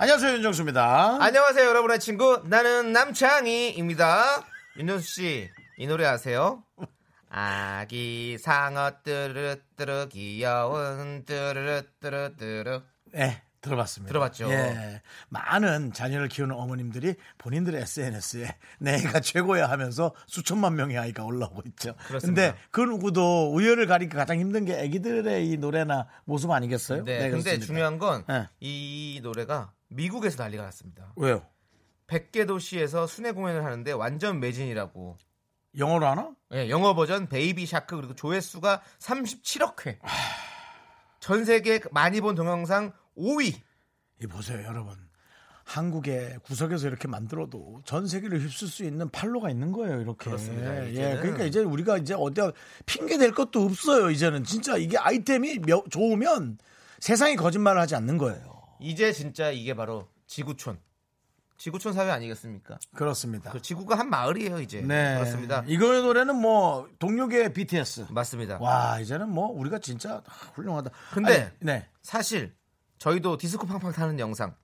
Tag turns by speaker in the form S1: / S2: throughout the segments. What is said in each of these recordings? S1: 안녕하세요 윤정수입니다.
S2: 안녕하세요, 여러분의 친구. 나는 남창희입니다. 윤정수 씨, 이 노래 아세요? 아기 상어 뚜르뚜르 귀여운 뚜르뚜르뚜르
S1: 네, 들어봤습니다.
S2: 들어봤죠.
S1: 예, 많은 자녀를 키우는 어머님들이 본인들의 SNS에 내가 최고야 하면서 수천만 명의 아이가 올라오고 있죠.
S2: 그렇습니다.
S1: 근데 그 누구도 우열을 가리기 가장 힘든 게 아기들의 이 노래나 모습 아니겠어요?
S2: 네, 근데
S1: 그렇습니다.
S2: 중요한 건 이
S1: 네.
S2: 노래가 미국에서 난리가 났습니다.
S1: 왜요?
S2: 100개 도시에서 순회 공연을 하는데 완전 매진이라고.
S1: 영어로 하나?
S2: 예, 영어 버전 베이비 샤크 그리고 조회수가 37억 회. 전 세계 많이 본 동영상 5위.
S1: 이 보세요, 여러분. 한국의 구석에서 이렇게 만들어도 전 세계를 휩쓸 수 있는 판로가 있는 거예요, 이렇게.
S2: 그렇습니다,
S1: 예,
S2: 이제는.
S1: 그러니까 이제 우리가 이제 어디 핑계 댈 것도 없어요, 이제는. 진짜 이게 아이템이 며- 좋으면 세상이 거짓말을 하지 않는 거예요.
S2: 이제 진짜 이게 바로 지구촌. 지구촌 사회 아니겠습니까?
S1: 그렇습니다.
S2: 그 지구가 한 마을이에요, 이제.
S1: 네.
S2: 그렇습니다.
S1: 이거의 노래는 뭐 동료계 BTS.
S2: 맞습니다.
S1: 와, 이제는 뭐 우리가 진짜 아, 훌륭하다.
S2: 근데
S1: 아니, 네.
S2: 사실 저희도 디스코 팡팡 타는 영상,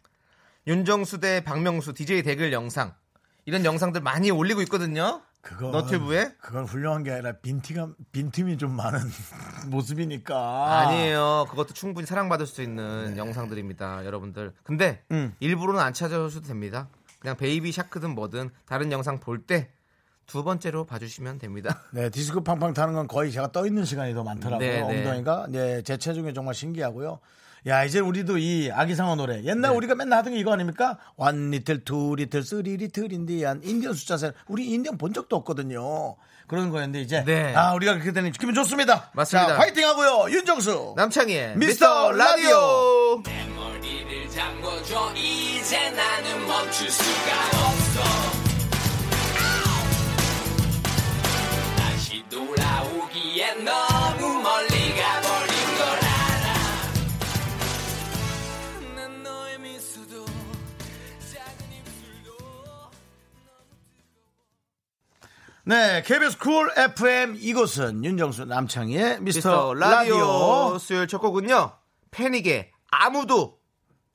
S2: 윤정수 대 박명수 DJ 대결 영상 이런 영상들 많이 올리고 있거든요.
S1: 그건
S2: 너튜브에?
S1: 그건 훌륭한 게 아니라 빈티감 빈틈이 좀 많은 모습이니까.
S2: 아니에요. 그것도 충분히 사랑받을 수 있는 영상들입니다, 여러분들. 근데
S1: 네. 음.
S2: 일부러는 안 찾아오셔도 됩니다. 그냥 베이비 샤크든 뭐든 다른 영상 볼 때 두 번째로 봐주시면 됩니다.
S1: 네, 디스크 팡팡 타는 건 거의 제가 떠 있는 시간이 더 많더라고요.
S2: 네, 네.
S1: 엉덩이가. 네, 제 체중이 정말 신기하고요. 야, 이제 우리도 이 아기상어 노래. 옛날
S2: 네.
S1: 우리가 맨날 하던 게 이거 아닙니까? 원 리틀, 투 리틀, 쓰리 리틀 인디안 인디언 숫자세. 우리 인디언 본 적도 없거든요. 그런 거였는데 이제
S2: 네.
S1: 아, 우리가 그렇게 되니 기분 좋습니다.
S2: 맞습니다.
S1: 자, 화이팅 하고요. 윤정수.
S2: 남창희의 미스터
S1: 미스터
S2: 라디오.
S3: 머리를 잠궈줘 이제 나는 멈출 수가 없어 다시 돌아오기엔 너무 멀리 가버린 걸 알아 난 너의 미소도 작은 입술도
S1: 네, KBS 쿨 FM 이곳은 윤정수 남창희의
S2: 미스터
S1: 미스터,
S2: 라디오.
S1: 라디오.
S2: 수요일 첫 곡은요. 패닉의 아무도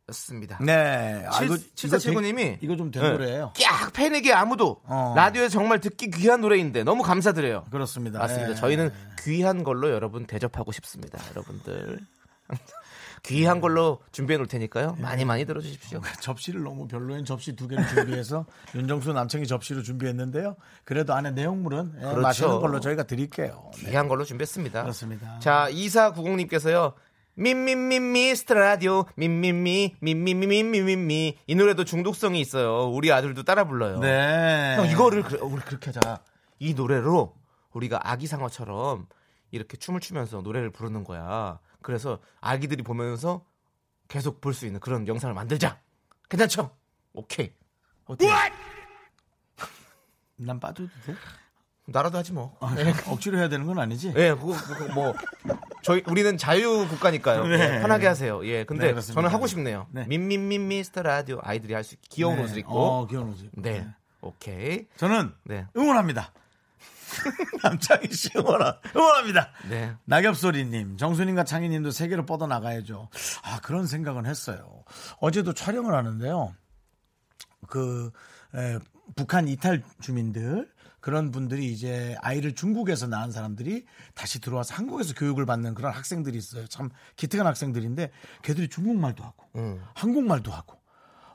S2: 였습니다.
S1: 네, 아, 이거-
S2: 칠- 칠사칠구님이
S1: 이거, 좀된
S2: 네.
S1: 노래예요.
S2: 깍 패닉의 아무도
S1: 어.
S2: 라디오에서 정말 듣기 귀한 노래인데 너무 감사드려요.
S1: 그렇습니다.
S2: 맞습니다.
S1: 예.
S2: 저희는 귀한 걸로 여러분 대접하고 싶습니다. 여러분들 귀한 걸로 준비해 놓을 테니까요. 많이 많이 들어주십시오.
S1: 접시를 너무 별로인 접시 두 개를 준비해서 윤정수 남창이 접시로 준비했는데요. 그래도 안에 내용물은 예,
S2: 그렇죠.
S1: 맛있는 걸로 저희가 드릴게요. 네.
S2: 귀한 걸로 준비했습니다.
S1: 그렇습니다.
S2: 자 이사 구공님께서요. 민민민 미스터 라디오 민민미 민민미민민민미 이 노래도 중독성이 있어요. 우리 아들도 따라 불러요.
S1: 네.
S2: 형 이거를 그래, 우리 그렇게 하자. 이 노래로 우리가 아기상어처럼 이렇게 춤을 추면서 노래를 부르는 거야. 그래서 아기들이 보면서 계속 볼 수 있는 그런 영상을 만들자. 괜찮죠? 오케이. 어때요?
S1: 난 빠져도 돼? 예,
S2: 나라도 하지 뭐.
S1: 아, 억지로 해야 되는 건 아니지?
S2: 예, 그거, 그거 뭐 저희 우리는 자유 국가니까요.
S1: 네.
S2: 편하게 하세요. 예,
S1: 네,
S2: 근데
S1: 그렇습니다.
S2: 저는 하고 싶네요.
S1: 네.
S2: 민민민 미스터 라디오 아이들이 할 수 있게 귀여운
S1: 네.
S2: 옷을 입고.
S1: 어, 귀여운 옷을 입고.
S2: 네, 오케이.
S1: 저는
S2: 네.
S1: 응원합니다. 남창희 씨 응원, 응원합니다.
S2: 네.
S1: 낙엽소리님, 정수님과 창희님도 세계로 뻗어나가야죠. 아, 그런 생각은 했어요. 어제도 촬영을 하는데요. 그, 에, 북한 이탈 주민들, 그런 분들이 이제 아이를 중국에서 낳은 사람들이 다시 들어와서 한국에서 교육을 받는 그런 학생들이 있어요. 참 기특한 학생들인데 걔들이 중국말도 하고
S2: 음.
S1: 한국말도 하고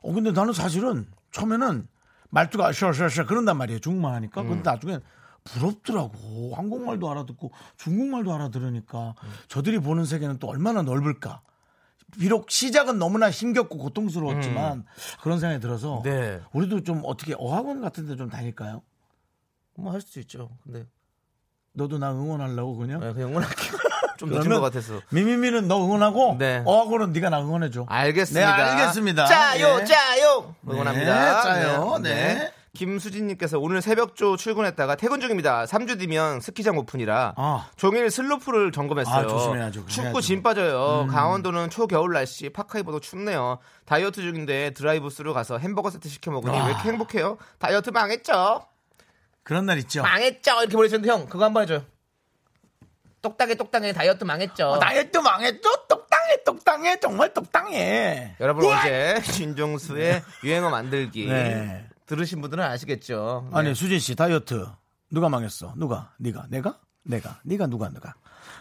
S1: 어 근데 나는 사실은 처음에는 말투가 셔셔셔 그런단 말이에요 중국말 하니까 근데 나중엔 부럽더라고 한국말도 알아듣고 중국말도 알아들으니까 저들이 보는 세계는 또 얼마나 넓을까 비록 시작은 너무나 힘겹고 고통스러웠지만 그런 생각이 들어서
S2: 네.
S1: 우리도 좀 어떻게 어학원 같은 데 좀 다닐까요?
S2: 뭐 할 수 있죠. 근데
S1: 너도 나 응원하려고 그냥.
S2: 네, 그냥 응원할게요. 좀 늦은
S1: 그러면
S2: 것 같아서.
S1: 미미미는 너 응원하고
S2: 네.
S1: 어하고는 네가 나 응원해줘.
S2: 알겠습니다.
S1: 네, 알겠습니다.
S2: 짜요,
S1: 예.
S2: 짜요. 응원합니다.
S1: 네, 짜요. 네.
S2: 김수진님께서 오늘 새벽조 출근했다가 퇴근 중입니다. 3주 뒤면 스키장 오픈이라
S1: 아.
S2: 종일 슬로프를 점검했어요.
S1: 아, 조심해야죠. 음. 해야죠.
S2: 춥고 진 빠져요. 강원도는 초겨울 날씨 파카 입어도 춥네요. 다이어트 중인데 드라이브 스루 가서 햄버거 세트 시켜 먹으니
S1: 아.
S2: 왜 이렇게 행복해요? 다이어트 망했죠?
S1: 그런 날 있죠.
S2: 망했죠? 이렇게 보내주는데 형 그거 한번 해줘요. 똑딱해 똑딱해 다이어트 망했죠?
S1: 나이도 망했죠? 똑당해, 똑당해, 정말 똑당해.
S2: 여러분 어제 진종수의 유행어 만들기
S1: 네.
S2: 들으신 분들은 아시겠죠. 네.
S1: 아니 수진 씨 다이어트 누가 망했어? 누가? 네가? 내가? 내가? 네가 누가 누가?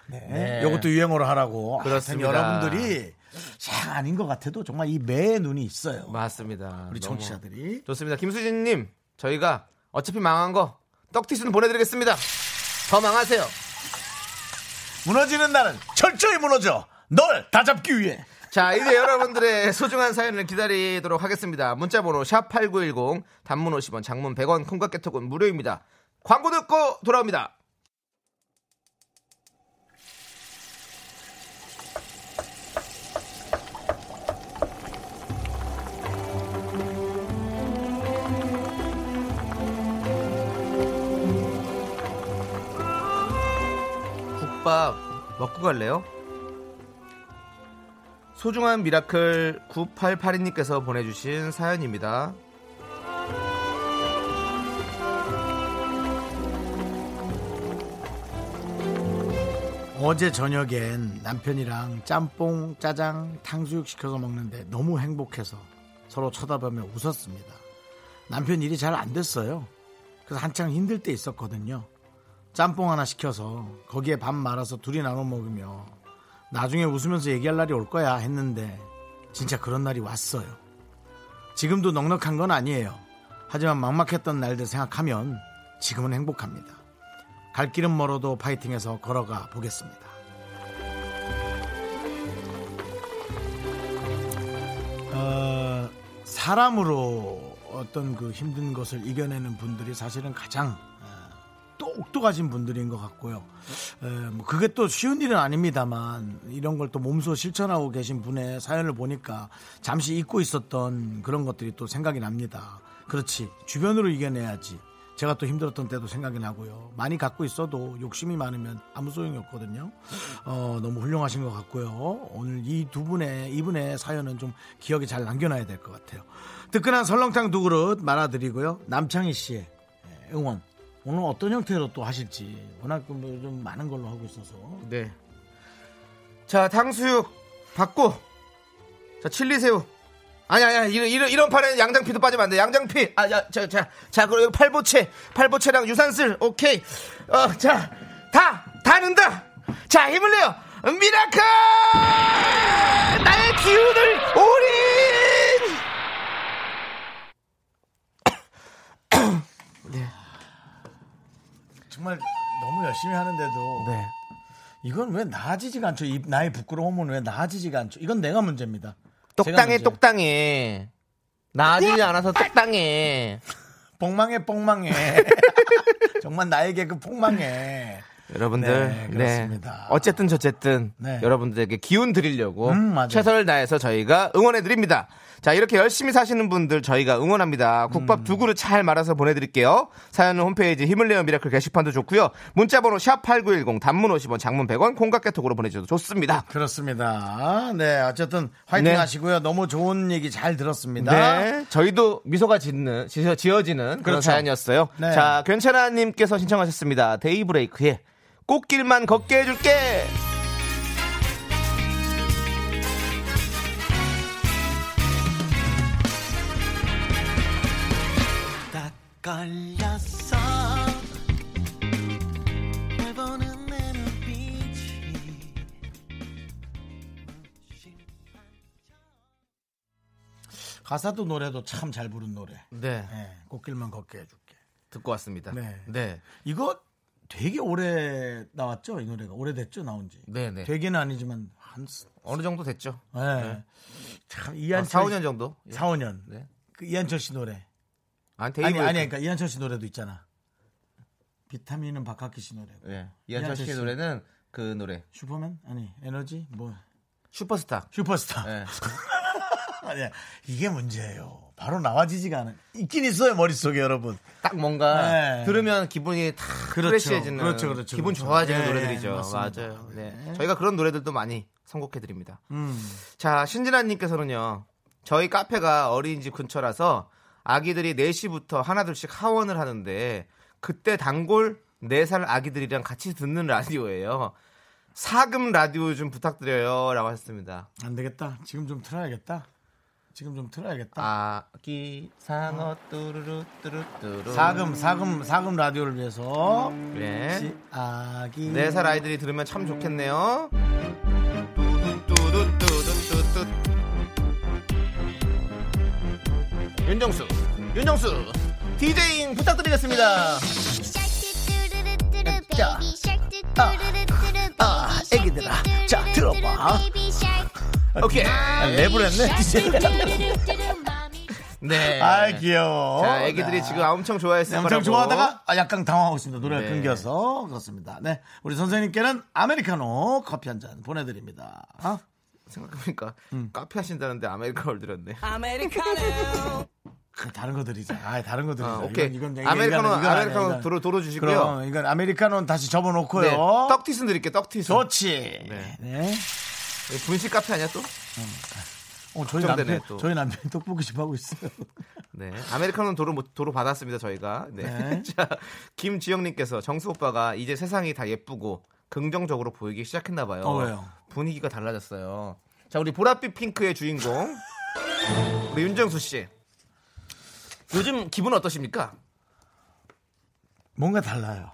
S1: 네. 이것도 유행어로 하라고. 아,
S2: 그렇습니다.
S1: 하여튼 여러분들이 참 아닌 것 같아도 정말 이 매의 눈이 있어요.
S2: 맞습니다.
S1: 우리
S2: 너무
S1: 청취자들이
S2: 좋습니다. 김수진님 저희가 어차피 망한 거 떡티스는 보내드리겠습니다. 더 망하세요.
S1: 무너지는 날은 철저히 무너져. 널 다 잡기 위해.
S2: 자 이제 여러분들의 소중한 사연을 기다리도록 하겠습니다. 문자번호 샵8910 단문 50원 장문 100원 콩깍 개톡은 무료입니다. 광고 듣고 돌아옵니다. 국밥 먹고 갈래요? 소중한 미라클 9882님께서 보내주신 사연입니다.
S1: 어제 저녁엔 남편이랑 짬뽕, 짜장, 탕수육 시켜서 먹는데 너무 행복해서 서로 쳐다보며 웃었습니다. 남편 일이 잘 안 됐어요. 그래서 한창 힘들 때 있었거든요. 짬뽕 하나 시켜서 거기에 밥 말아서 둘이 나눠 먹으며 나중에 웃으면서 얘기할 날이 올 거야 했는데 진짜 그런 날이 왔어요. 지금도 넉넉한 건 아니에요. 하지만 막막했던 날들 생각하면 지금은 행복합니다. 갈 길은 멀어도 파이팅해서 걸어가 보겠습니다. 어, 사람으로 어떤 그 힘든 것을 이겨내는 분들이 사실은 가장 어, 똑똑하신 분들인 것 같고요. 에, 뭐 그게 또 쉬운 일은 아닙니다만 이런 걸 또 몸소 실천하고 계신 분의 사연을 보니까 잠시 잊고 있었던 그런 것들이 또 생각이 납니다. 그렇지 주변으로 이겨내야지. 제가 또 힘들었던 때도 생각이 나고요. 많이 갖고 있어도 욕심이 많으면 아무 소용이 없거든요. 어, 너무 훌륭하신 것 같고요. 오늘 이 두 분의 이분의 사연은 좀 기억에 잘 남겨놔야 될 것 같아요. 뜨끈한 설렁탕 두 그릇 말아드리고요. 남창희 씨의 예, 응원 오늘 어떤 형태로 또 하실지 워낙 뭐좀 많은 걸로 하고 있어서
S2: 네. 자, 탕수육 받고. 자, 칠리새우. 아니, 아니, 아니, 이런, 이런, 이런 판에는 양장피도 빠지면 안 돼. 양장피. 아, 야, 자, 자, 자, 그리고 팔보채. 팔보채랑 유산슬. 오케이. 어, 자, 다, 다 는다. 자, 힘을 내요. 미라클! 나의 기운을 올인!
S1: 정말 너무 열심히 하는데도
S2: 네.
S1: 이건 왜 나아지지가 않죠 이 나의 부끄러움은 왜 나아지지가 않죠 이건 내가 문제입니다 제가
S2: 똑당해,
S1: 문제.
S2: 똑당해. 나아지지 않아서 똑당해.
S1: 폭망해 폭망해 정말 나에게 그 폭망해 네,
S2: 여러분들 네,
S1: 그렇습니다.
S2: 어쨌든 저쨌든
S1: 네.
S2: 여러분들에게 기운 드리려고
S1: 음, 맞아요.
S2: 최선을 다해서 저희가 응원해 드립니다. 자 이렇게 열심히 사시는 분들 저희가 응원합니다. 국밥
S1: 음.
S2: 두 그릇 잘 말아서 보내드릴게요. 사연은 홈페이지 힘을 내어 미라클 게시판도 좋고요. 문자번호 샵 #8910 단문 50원, 장문 100원, 콩깍개톡으로 보내주셔도 좋습니다.
S1: 그렇습니다 네 어쨌든 화이팅
S2: 네.
S1: 하시고요 너무 좋은 얘기 잘 들었습니다
S2: 네, 저희도 미소가 짓는 지어, 지어지는 그런
S1: 그렇죠.
S2: 사연이었어요.
S1: 네.
S2: 자, 괜찮아님께서 신청하셨습니다. 데이브레이크의 꽃길만 걷게 해줄게.
S1: 가사도 노래도 참 잘 부른 노래
S2: 네,
S1: 네, 꽃길만 걷게 해줄게
S2: 듣고 왔습니다.
S1: 네.
S2: 네.
S1: 이거 되게 오래 나왔죠 이 노래가 오래됐죠 나온지
S2: 네네.
S1: 되게는 아니지만 한
S2: 어느 정도 됐죠?
S1: 네. 참
S2: 한
S1: 이한철
S2: 4, 5년 정도? 아, 예.
S1: 4, 5년.
S2: 네.
S1: 그 이한철 씨 노래.
S2: 아, 데이브
S1: 아니 아니 그러니까 이한철 씨 노래도 있잖아. 비타민은 박학기 씨 노래고.
S2: 예. 이한철 씨의
S1: 씨.
S2: 노래는 그 노래
S1: 슈퍼맨? 아니, 에너지? 뭐.
S2: 슈퍼스타.
S1: 슈퍼스타.
S2: 예.
S1: 아니, 이게 문제예요. 바로 나와지지가 않은. 있긴 있어요, 머릿속에 여러분.
S2: 딱 뭔가
S1: 네.
S2: 들으면 기분이 다
S1: 그렇죠.
S2: 프레시해지는
S1: 그렇죠, 그렇죠,
S2: 기분
S1: 그렇죠.
S2: 좋아지는
S1: 네,
S2: 노래들이죠.
S1: 맞습니다.
S2: 맞아요. 네. 저희가 그런 노래들도 많이 선곡해 드립니다.
S1: 음.
S2: 자, 신진아님께서는요. 저희 카페가 어린이집 근처라서 아기들이 4시부터 하나둘씩 하원을 하는데 그때 단골 4살 아기들이랑 같이 듣는 라디오예요. 사금 라디오 좀 부탁드려요. 라고 하셨습니다.
S1: 안 되겠다. 지금 좀 틀어야겠다. 지금 좀 틀어야겠다.
S2: 아기 상어 뚜루루 뚜루뚜루
S1: 사금, 사금, 사금 라디오를 위해서.
S2: 네.
S1: 시- 아기.
S2: 네 살 아이들이 들으면 참 좋겠네요. 뚜두뚜두뚜두뚜뚜. 윤정수, 윤정수, 디제잉 부탁드리겠습니다. 자, 아,
S4: 아,
S2: 애기들아.
S4: 애기들아,
S1: 자,
S4: 자
S1: 들어봐.
S4: 들어봐.
S2: 오케이.
S1: 아, 랩을 했네, 이제.
S2: 네.
S1: 아, 귀여워.
S2: 자, 애기들이
S1: 네.
S2: 지금 엄청 좋아했을 거라고.
S1: 엄청 좋아하다가 아, 약간 당황하고 있습니다. 노래가
S2: 네.
S1: 끊겨서 그렇습니다. 네, 우리 선생님께는 아메리카노 커피 한 잔 보내드립니다. 아,
S2: 생각해보니까
S1: 음.
S2: 카페 하신다는데 아메리카노를 드렸네. 어,
S1: 그 다른 거 드리자. 아, 다른 거 드리자.
S2: 아, 오케이.
S1: 이건, 이건
S2: 아메리카노,
S1: 이건 아니야,
S2: 아메리카노
S1: 이건.
S2: 도로 도로 주시고요.
S1: 그럼 이건 아메리카노는 다시 접어놓고요.
S2: 네, 떡티순 드릴게요. 떡티순.
S1: 좋지.
S2: 네.
S1: 네.
S2: 분식 카페 아니야 또?
S1: 어, 저희
S2: 걱정되네,
S1: 남편,
S2: 또.
S1: 저희 남편이 떡볶이 집 하고 있어요.
S2: 네. 아메리카노 도로, 못- 도로 받았습니다, 저희가. 네.
S1: 네.
S2: 자, 김지영님께서 정수 오빠가 이제 세상이 다 예쁘고 긍정적으로 보이기 시작했나봐요.
S1: 어, 왜요?
S2: 분위기가 달라졌어요. 자, 우리 보랏빛 핑크의 주인공. 우리 윤정수 씨. 요즘 기분 어떠십니까?
S1: 뭔가 달라요.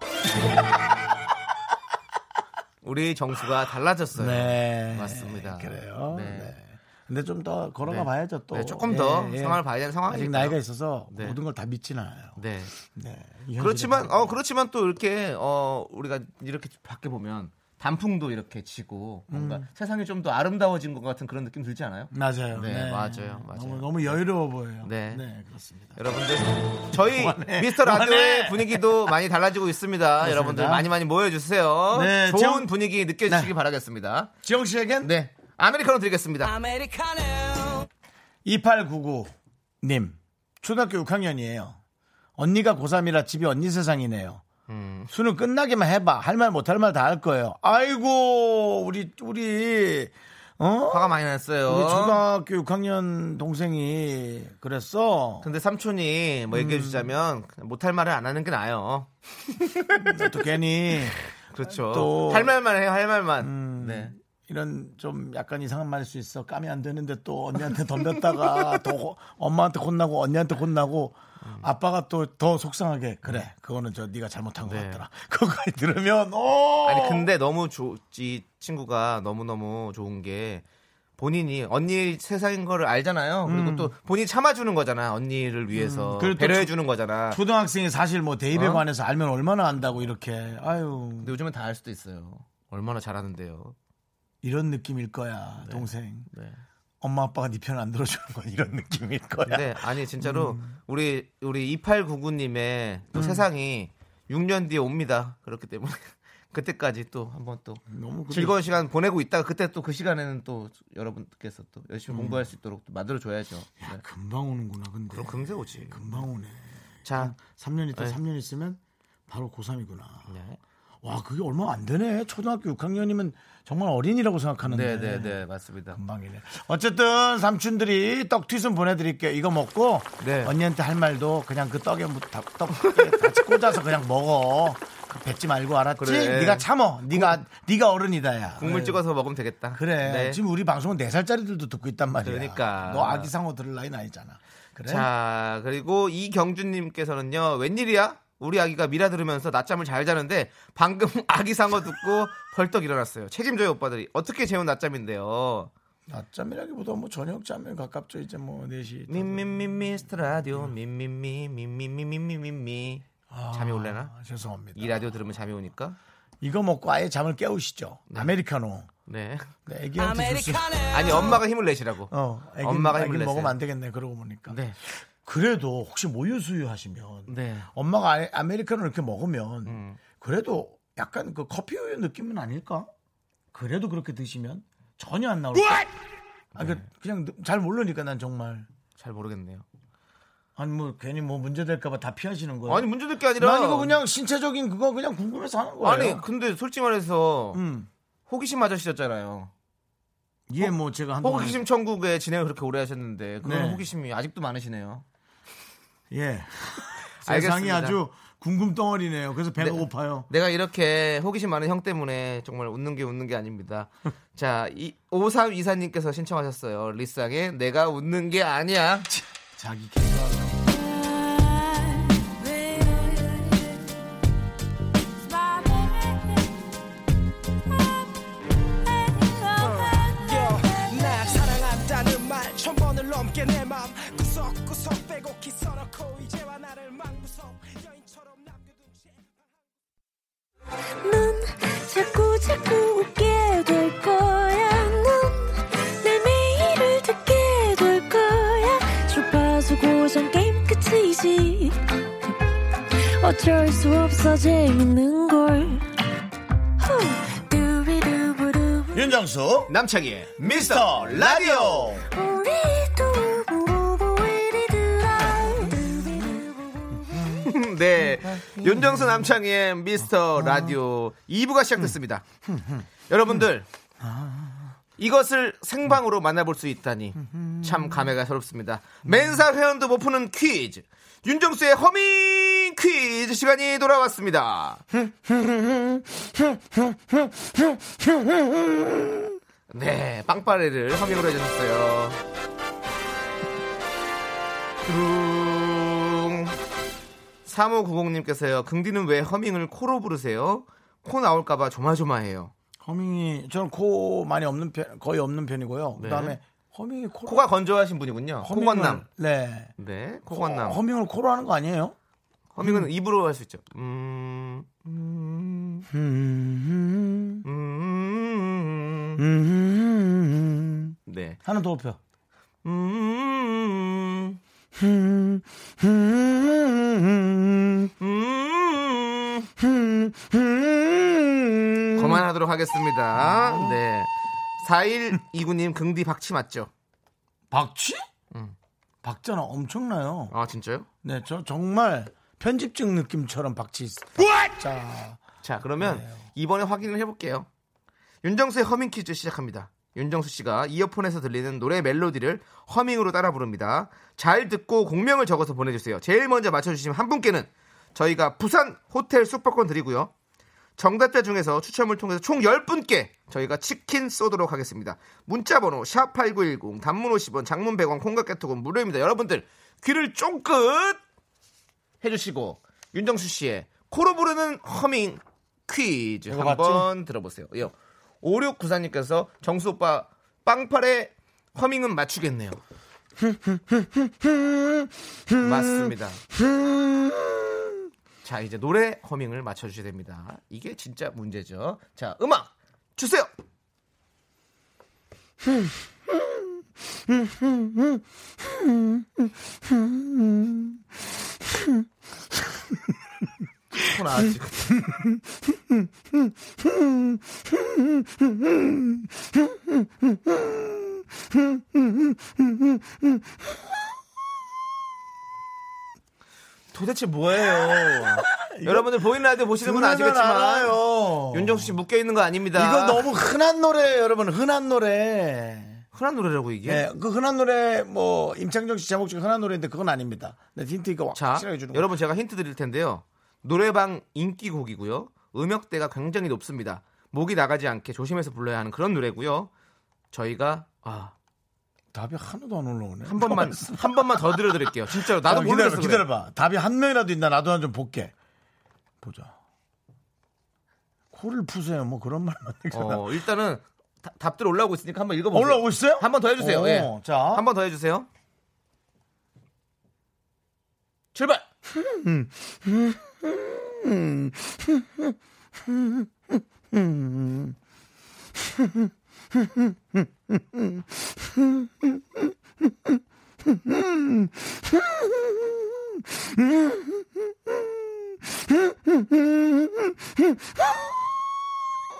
S2: 우리 정수가 달라졌어요.
S1: 네.
S2: 맞습니다.
S1: 그래요.
S2: 네.
S1: 네. 근데 좀 더 걸어가
S2: 네.
S1: 봐야죠 또. 예,
S2: 네, 조금 더 상황을 봐야 되는 상황이니까요.
S1: 아직 나이가 있어서
S2: 네.
S1: 모든 걸 다 믿지는 않아요.
S2: 네.
S1: 네. 이 현실에
S2: 그렇지만 어 그렇지만 또 이렇게 어 우리가 이렇게 밖에 보면 단풍도 이렇게 지고 뭔가
S1: 음.
S2: 세상이 좀 더 아름다워진 것 같은 그런 느낌 들지 않아요?
S1: 맞아요.
S2: 네, 맞아요, 맞아요.
S1: 너무, 너무 여유로워 보여요.
S2: 네.
S1: 네, 그렇습니다.
S2: 여러분들 저희
S1: 그만해.
S2: 미스터 라디오의
S1: 그만해.
S2: 분위기도 많이 달라지고 있습니다. 여러분들 많이 많이 모여주세요.
S1: 네,
S2: 좋은
S1: 지금-
S2: 분위기 느껴지시기 바라겠습니다.
S1: 지영 씨에겐
S2: 네 아메리카노 드리겠습니다.
S1: 2899님 초등학교 6학년이에요. 언니가 고3이라 집이 언니 세상이네요.
S2: 음,
S1: 수능 끝나기만 해봐. 할 말 못 할 말 다 할 거예요. 아이고 우리 우리 어
S2: 화가 많이 났어요.
S1: 우리 초등학교 6학년 동생이 그랬어.
S2: 근데 삼촌이 뭐 얘기해
S1: 음.
S2: 주자면 못할 말을 안 하는 게 나아요.
S1: 또 괜히
S2: 그렇죠.
S1: 또-
S2: 할 말만 해요. 할 말만.
S1: 음,
S2: 네.
S1: 이런 좀 약간 이상한 말일 수 있어. 까이 안 되는데 또 언니한테 덤볐다가 또 호- 엄마한테 혼나고 언니한테 혼나고
S2: 음.
S1: 아빠가 또 더 속상하게 그래. 그거는 저 네가 잘못한 것
S2: 네.
S1: 같더라. 그거까지 들으면 오.
S2: 아니 근데 너무 조, 이 친구가 너무 너무 좋은 게 본인이 언니 세상인 거를 알잖아요. 그리고 또 본인이 참아주는 거잖아. 언니를 위해서
S1: 음. 그리고 또
S2: 배려해
S1: 초-
S2: 주는 거잖아.
S1: 초등학생이 사실 뭐 대입에
S2: 어? 네.
S1: 관해서 알면 얼마나 안다고 이렇게 아유
S2: 근데 요즘은 다 알 수도 있어요. 얼마나 잘하는데요.
S1: 이런 느낌일 거야 동생.
S2: 네.
S1: 엄마 아빠가 네 편 안 들어주는 거 이런 느낌일 거야.
S2: 근데 아니 진짜로 우리 우리 2899님의 또 세상이 6년 뒤에 옵니다. 그렇기 때문에 그때까지 또 한번 또
S1: 너무 그게-
S2: 즐거운 시간 보내고 있다가 그때 또 그 시간에는 또 여러분께서 또 열심히 공부할 수 있도록 또 음. 만들어줘야죠. 네.
S1: 금방 오는구나. 근데
S2: 그럼 금세 오지.
S1: 금방 오네.
S2: 자,
S1: 3년 있다
S2: 네.
S1: 3년 있으면 바로 고3이구나.
S2: 네.
S1: 와 그게 얼마 안 되네 초등학교 6학년이면 정말 어린이라고 생각하는데
S2: 네네네 맞습니다.
S1: 금방이네 어쨌든 삼촌들이 떡튀순 보내드릴게요 이거 먹고
S2: 네.
S1: 언니한테 할 말도 그냥 그 떡에 묻- 다- 떡에 같이 꽂아서 그냥 먹어 그 뱉지 말고 알았지
S2: 그래.
S1: 네가 참어 네가 네가 어른이다야
S2: 국물 찍어서 먹으면 되겠다.
S1: 그래
S2: 네.
S1: 지금 우리 방송은 4살짜리들도 듣고 있단 말이야
S2: 그러니까.
S1: 너 아기 상어 들을 나이 아니잖아 그래
S2: 자 그리고 이경준님께서는요 웬일이야? 우리 아기가 미라 들으면서 낮잠을 잘 자는데 방금 아기 상어 듣고 벌떡 일어났어요. 책임져요 오빠들이 어떻게 재운 낮잠인데요.
S1: 낮잠이라기보다 뭐 저녁 잠에 가깝죠 이제 뭐 4시
S2: 민민미 미스터 라디오 민민미 민민미민미민미 잠이 올래나?
S1: 음. 아, 죄송합니다
S2: 이 라디오 들으면 잠이 오니까.
S1: 이거 먹고 아예 잠을 깨우시죠. 아메리카노.
S2: 네.
S1: 네, 애기한테 줄 수.
S2: 아니 엄마가 힘을 내시라고.
S1: 어, 애기,
S2: 엄마가
S1: 엄마가
S2: 힘을
S1: 애기
S2: 내세요.
S1: 먹으면 안 되겠네. 그러고 보니까.
S2: 네.
S1: 그래도 혹시 모유수유 하시면
S2: 네. 음.
S1: 엄마가 아- 아메리카노 이렇게 먹으면 그래도 약간 그 커피 우유 느낌은 아닐까? 그래도 그렇게 드시면 전혀 안 나올 거 아,
S2: 네.
S1: 그, 그냥 잘 모르니까 난 정말
S2: 잘 모르겠네요.
S1: 아니 뭐 괜히 뭐 문제 될까봐 다 피하시는 거예요.
S2: 아니 문제 될 게 아니라
S1: 네. 난 이거 뭐 그냥 신체적인 그거 그냥 궁금해서 하는 거예요.
S2: 아니 그 근데 솔직히 말해서
S1: 음.
S2: 호기심 아저씨였잖아요.
S1: 예, 뭐 제가 한동안
S2: 호기심 천국에 진행을 그렇게 오래 하셨는데 그런
S1: 네.
S2: 호기심이 아직도 많으시네요.
S1: 예. 세상이
S2: 알겠습니다.
S1: 아주 궁금 덩어리네요. 그래서 배가
S2: 네.
S1: 고파요.
S2: 내가 이렇게 호기심 많은 형 때문에 정말 웃는 게 웃는 게 아닙니다. 자, 이, 53 이사님께서 신청하셨어요. 리쌍의 내가 웃는 게 아니야.
S1: 자기 개가
S4: 날 사랑한다는 말 천번을 넘게 내 맘 구석구석 빼곡히 써놓고 이제와 나를 망구석 여인처럼 남겨둔 채
S1: 네,
S5: 넌 자꾸 자꾸 웃게 될 거야. 넌내 매일을 듣게 될 거야. 주파수 고정 게임 끝이지. 어쩔 수 없어 재밌는 걸. 후. 두비두부두.
S1: 윤정수
S2: 남창희의 미스터 라디오.
S5: 우리 두부부부 우리 두라. 두비두부부.
S2: 네. 윤정수 남창희의 미스터 라디오 2부가 시작됐습니다. 여러분들, 이것을 생방으로 만나볼 수 있다니 참 감회가 새롭습니다. 맨사 회원도 못 푸는 퀴즈. 윤정수의 허밍 퀴즈 시간이 돌아왔습니다. 네, 빵빠레를 허밍으로 해주셨어요. 두룽. 3590님께서요. 긍디는 왜 허밍을 코로 부르세요? 코 나올까봐 조마조마해요.
S1: 허밍이 저는 코 많이 없는 편 거의 없는 편이고요.
S2: 네.
S1: 그다음에 허밍이 코
S2: 코가 건조하신 분이군요. 코건남.
S1: 네.
S2: 네, 코건남.
S1: 허밍을 코로 하는 거 아니에요?
S2: 허밍은 입으로 할 수 있죠. 음, 음, 음, 네.
S1: 하나 더 높여.
S2: 음, 음. 그만하도록 하겠습니다. 네. 4129님 긍디 박치 맞죠?
S1: 박쥐? 박자는 엄청나요.
S2: 아, 진짜요?
S1: 네, 저 정말 편집증 느낌처럼 박쥐. 자,
S2: 자, 그러면 이번에 확인을 해볼게요. 윤정수의 허밍 퀴즈 시작합니다. 윤정수 씨가 이어폰에서 들리는 노래 멜로디를 허밍으로 따라 부릅니다. 잘 듣고 공명을 적어서 보내주세요. 제일 먼저 맞춰주시면 한 분께는 저희가 부산 호텔 숙박권 드리고요. 정답자 중에서 추첨을 통해서 총 10분께 저희가 치킨 쏘도록 하겠습니다. 문자번호 샵8910 단문 50원 장문 100원 콩깍개톡은 무료입니다. 여러분들 귀를 쫑긋 해주시고 윤정수 씨의 코로 부르는 허밍 퀴즈
S1: 이거 맞지?
S2: 한번 들어보세요. 예. 5694님께서 정수 오빠 빵팔에 허밍은 맞추겠네요. 맞습니다. 자 이제 노래 허밍을 맞춰주셔야 됩니다. 이게 진짜 문제죠. 자 음악 주세요. 코나 지금. 도대체 뭐예요? 여러분들 보이는 라디오 보시는 분은
S1: 들으면
S2: 아시겠지만
S1: 알아요.
S2: 윤정수 씨 묶여 있는 거 아닙니다.
S1: 이거 너무 흔한 노래예요, 여러분. 흔한 노래.
S2: 흔한 노래라고 이게.
S1: 예, 그 흔한 노래 뭐 임창정 씨 제목 중에 흔한 노래인데 그건 아닙니다. 네, 힌트니까
S2: 자,
S1: 확실하게 주는
S2: 여러분 제가 힌트 드릴 텐데요. 노래방 인기곡이고요. 음역대가 굉장히 높습니다. 목이 나가지 않게 조심해서 불러야 하는 그런 노래고요. 저희가 아,
S1: 거. 답이 하나도 안 올라오네.
S2: 한 번만 한 번만 더 들려드릴게요. 진짜로 나도
S1: 야,
S2: 모르겠어.
S1: 기다려봐,
S2: 그래.
S1: 기다려봐. 답이 한 명이라도 있나 나도 한 좀 볼게. 보자. 코를 푸세요. 뭐 그런 말만 어,
S2: 어, 일단은 다- 답들 올라오고 있으니까 한번 읽어보세요.
S1: 올라오고 있어요?
S2: 한 번 더 해주세요.
S1: 오,
S2: 예.
S1: 자,
S2: 한 번 더 해주세요. 출발.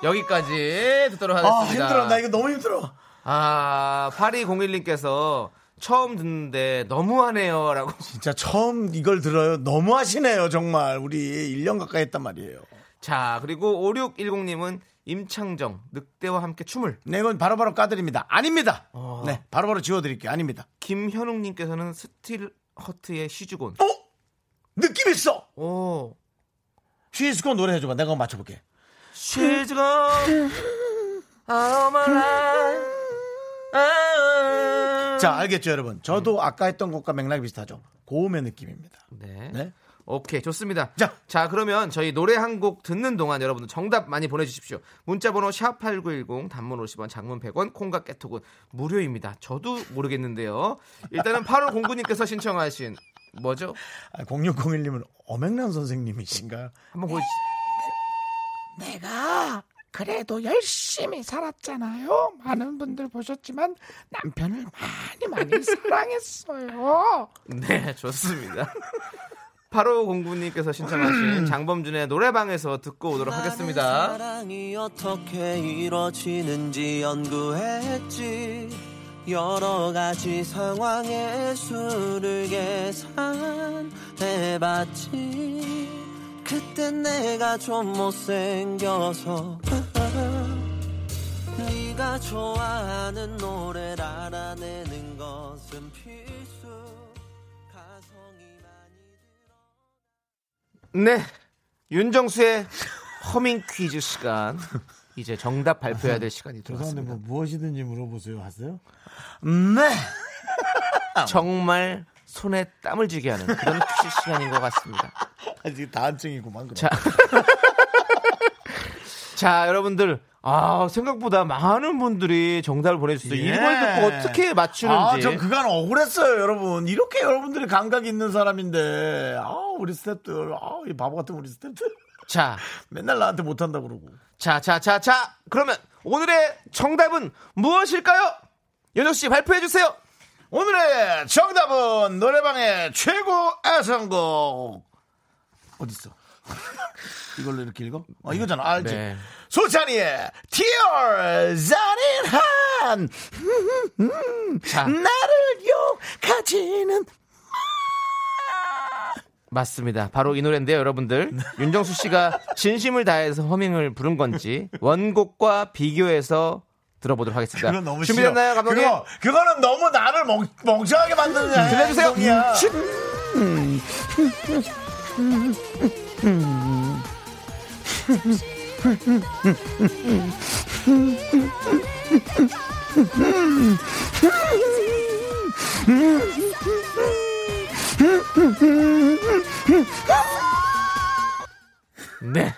S2: 여기까지 듣도록
S1: 아,
S2: 하겠습니다.
S1: 힘들어. 나 이거 너무 힘들어.
S2: 아, 8201님께서 처음 듣는데 너무하네요. 라고.
S1: 진짜 처음 이걸 들어요. 너무 하시네요, 정말. 우리 1년 가까이 했단 말이에요.
S2: 자, 그리고 5610님은 임창정, 늑대와 함께 춤을.
S1: 네, 이건 바로바로 까드립니다. 아닙니다.
S2: 어.
S1: 네, 바로바로 지워드릴게요. 아닙니다.
S2: 김현웅님께서는 스틸 허트의 시즈곤.
S1: 어? 느낌 있어!
S2: 오.
S1: 쉬스코 노래 해줘봐. 내가 한번 맞춰볼게.
S2: 시즈곤. All my life.
S1: 자, 알겠죠, 여러분? 저도 아까 했던 것과 맥락이 비슷하죠. 고음의 느낌입니다.
S2: 네.
S1: 네.
S2: 오케이 좋습니다.
S1: 자.
S2: 자, 그러면 저희 노래 한 곡 듣는 동안 여러분들 정답 많이 보내주십시오. 문자번호 샵 #8910 단문 50원, 장문 100원, 콩과 깨톡은 무료입니다. 저도 모르겠는데요. 일단은 8월 공구님께서 신청하신 뭐죠?
S1: 아, 0601님은 어맹란 선생님이신가요?
S2: 한번 보시.
S6: 내가 그래도 열심히 살았잖아요. 많은 분들 보셨지만 남편을 많이 많이 사랑했어요.
S2: 네, 좋습니다. 8월 공구님께서 신청하신 장범준의 노래방에서 듣고 오도록 하겠습니다.
S7: 사랑이 어떻게 이루어지는지 연구했지 여러 가지 상황의 수를 계산해봤지 그땐 내가 좀 못생겨서 네가 좋아하는 노래를 알아내는 것은 필수 가성이 많이 들어
S2: 네. 윤정수의 허밍 퀴즈 시간. 이제 정답 발표해야 될 시간이
S1: 죄송한데 뭐
S2: 들어왔습니다.
S1: 무엇이든지 물어보세요. 하세요? 네!
S2: 어. 정말 손에 땀을 쥐게 하는 그런 퀴즈 시간인 것 같습니다.
S1: 아직 다한증이구만. 그럼.
S2: 자. 자, 여러분들. 아, 생각보다 많은 분들이 정답을 보내주셨어요.
S1: 예.
S2: 이걸 듣고 어떻게
S1: 아,
S2: 맞추는지.
S1: 저 그간 억울했어요, 여러분. 이렇게 여러분들이 감각이 있는 사람인데, 아, 우리 스탭들, 아, 이 바보 같은 우리 스탭들.
S2: 자,
S1: 맨날 나한테 못한다 그러고.
S2: 자, 자, 자, 자. 그러면 오늘의 정답은 무엇일까요? 윤정씨 발표해주세요.
S1: 오늘의 정답은 노래방의 최고 애성곡. 어딨어? 이걸로 이렇게 읽어? 어, 이거잖아. 알지?
S2: 네.
S1: 소찬이의 Tears Are in Hand.
S2: 자,
S1: 나를 욕하지는.
S2: 맞습니다. 바로 이 노래인데요, 여러분들. 윤정수 씨가 진심을 다해서 허밍을 부른 건지 원곡과 비교해서 들어보도록 하겠습니다.
S1: 그건 너무
S2: 준비됐나요,
S1: 싫어.
S2: 감독님? 음,
S1: 그거, 그거는 너무 나를 멍, 멍청하게 만드는
S2: 들려주세요.
S1: 행동이야.
S2: 음, 네.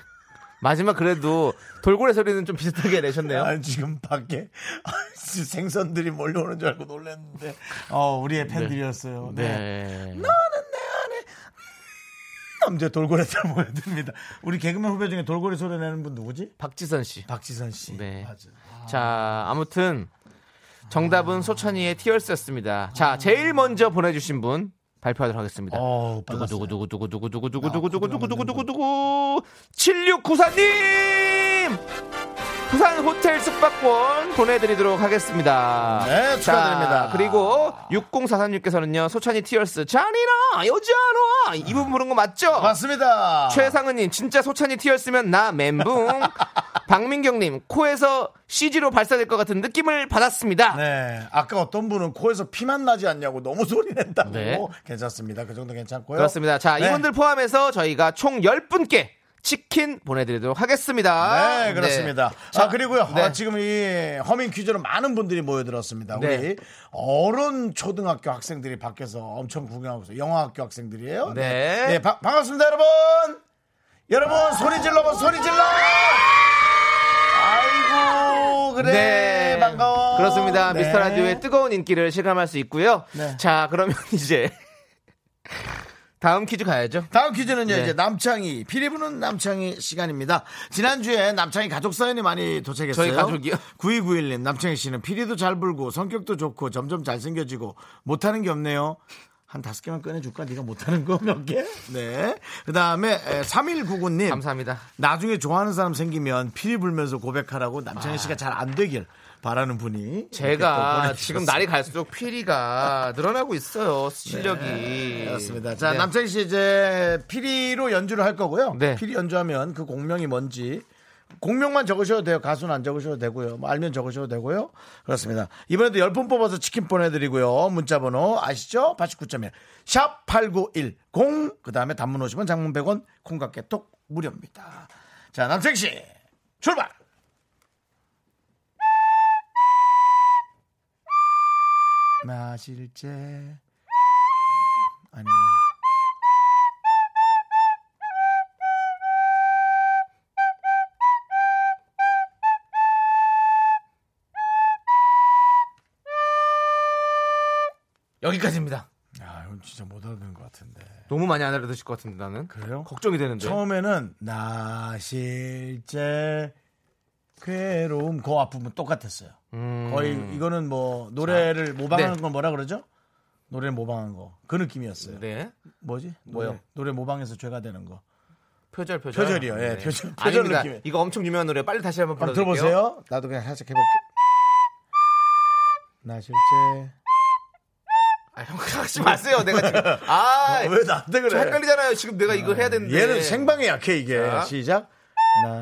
S2: 마지막 그래도 돌고래 소리는 좀 비슷하게 내셨네요.
S1: 아, 지금 밖에 생선들이 몰려오는 줄 알고 놀랐는데 어, 우리의 팬들이었어요. 네.
S2: 네.
S1: 남자 돌고래들 모여듭니다. 우리 개그맨 후배 중에 돌고래 소리 내는 분 누구지?
S2: 박지선 씨.
S1: 박지선 씨.
S2: 네.
S1: 맞아.
S2: 자, 아무튼 정답은 소찬이의 티얼스였습니다. 자, 제일 먼저 보내주신 분 발표하도록 하겠습니다.
S1: 어,
S2: 누구
S1: 빨랐어요.
S2: 누구 누구 누구 누구 누구 누구 누구 누구 누구 누구 누구 누구 7694님 부산 호텔 숙박권 보내드리도록 하겠습니다.
S1: 네, 축하드립니다.
S2: 자, 그리고 6043님께서는요 소찬이 티얼스 잔이나 여자 안 와. 이 부분 부른 거 맞죠?
S1: 맞습니다.
S2: 아. 최상은님 진짜 소찬이 티얼스면 나 멘붕. 박민경님 코에서 CG로 발사될 것 같은 느낌을 받았습니다.
S1: 네. 아까 어떤 분은 코에서 피만 나지 않냐고 너무 소리 낸다고.
S2: 네.
S1: 괜찮습니다. 그 정도 괜찮고요.
S2: 그렇습니다. 자,
S1: 네.
S2: 이분들 포함해서 저희가 총 10분께 치킨 보내드리도록 하겠습니다.
S1: 네, 그렇습니다.
S2: 자,
S1: 아, 그리고요.
S2: 네.
S1: 아, 지금 이 허밍 퀴즈로 많은 분들이 모여들었습니다.
S2: 네.
S1: 우리 어른 초등학교 학생들이 밖에서 엄청 구경하고 있어요. 영화학교 학생들이에요.
S2: 네.
S1: 네, 바- 반갑습니다, 여러분. 여러분, 소리 질러봐, 소리 질러! 아이고, 그래.
S2: 네.
S1: 반가워.
S2: 그렇습니다.
S1: 네.
S2: 미스터 라디오의 뜨거운 인기를 실감할 수 있고요.
S1: 네.
S2: 자, 그러면 이제 다음 퀴즈 가야죠.
S1: 다음 퀴즈는요,
S2: 네.
S1: 이제 남창희, 피리 부는 남창희 시간입니다. 지난주에 남창희 가족 사연이 많이 도착했어요.
S2: 저희 가족이요?
S1: 9291님, 남창희 씨는 피리도 잘 불고 성격도 좋고 점점 잘생겨지고 못하는 게 없네요. 한 다섯 개만 꺼내줄까? 네가 못하는 거 몇 개? 네. 그 다음에 3199님.
S2: 감사합니다.
S1: 나중에 좋아하는 사람 생기면 피리 불면서 고백하라고 남창희 씨가 잘 안 되길 바라는 분이. 이렇게 네, 또
S2: 아. 제가
S1: 보내주셨어요.
S2: 지금 날이 갈수록 피리가 늘어나고 있어요. 실력이.
S1: 그렇습니다. 자,
S2: 네.
S1: 남창희 씨 이제 피리로 연주를 할 거고요.
S2: 네.
S1: 피리 연주하면 그 공명이 뭔지 공명만 적으셔도 돼요. 가수는 안 적으셔도 되고요. 뭐 알면 적으셔도 되고요. 그렇습니다. 이번에도 열 분 뽑아서 치킨 보내드리고요. 문자번호 아시죠? 89.1. 샵8910. 그 다음에 단문 50원, 장문 100원, 콩깍개톡 무료입니다. 자, 남창희 씨, 출발! 마실 때 아니요.
S2: 여기까지입니다.
S1: 야, 이건 진짜 못 알아듣는 것 같은데.
S2: 너무 많이 안 알아드실 것 같은데 나는.
S1: 그래요? 네.
S2: 걱정이 되는데.
S1: 처음에는 나 실제 괴로움 그 앞부분 똑같았어요.
S2: 음.
S1: 거의 이거는 뭐 노래를 모방하는
S2: 네.
S1: 건 뭐라 그러죠? 노래를 모방한 거. 그 느낌이었어요.
S2: 네.
S1: 뭐지?
S2: 뭐요?
S1: 노래, 노래 모방해서 죄가 되는 거.
S2: 표절 표절. 네.
S1: 표절이요. 예, 표절, 표절
S2: 아닙니다.
S1: 느낌이에요.
S2: 이거 엄청 유명한 노래 빨리 다시 한번
S1: 한번
S2: 불러드릴게요.
S1: 들어보세요. 나도 그냥 살짝 해볼게. 나 실제
S2: 아, 형 하지 마세요. 내가 지금 아,
S1: 어, 왜 나한테
S2: 좀
S1: 그래?
S2: 헷갈리잖아요. 지금 내가 이거 해야 되는데.
S1: 얘는 생방에 약해 이게
S2: 자.
S1: 시작 나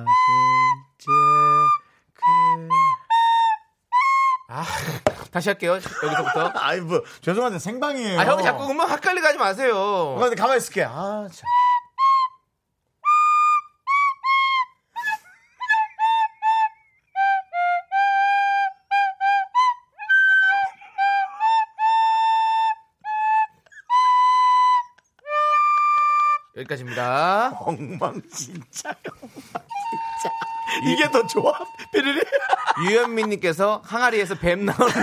S1: 실제 그
S2: 아, 다시 할게요. 여기서부터.
S1: 아이 뭐 죄송한데 생방이에요 어,
S2: 아, 형이 자꾸 음악 헷갈리게 하지 마세요.
S1: 가만 가만 있을게 아 참.
S2: 여기까지입니다.
S1: 엉망진창 이게 더 좋아 삐리리
S2: 유현민 님께서 항아리에서 뱀 나오는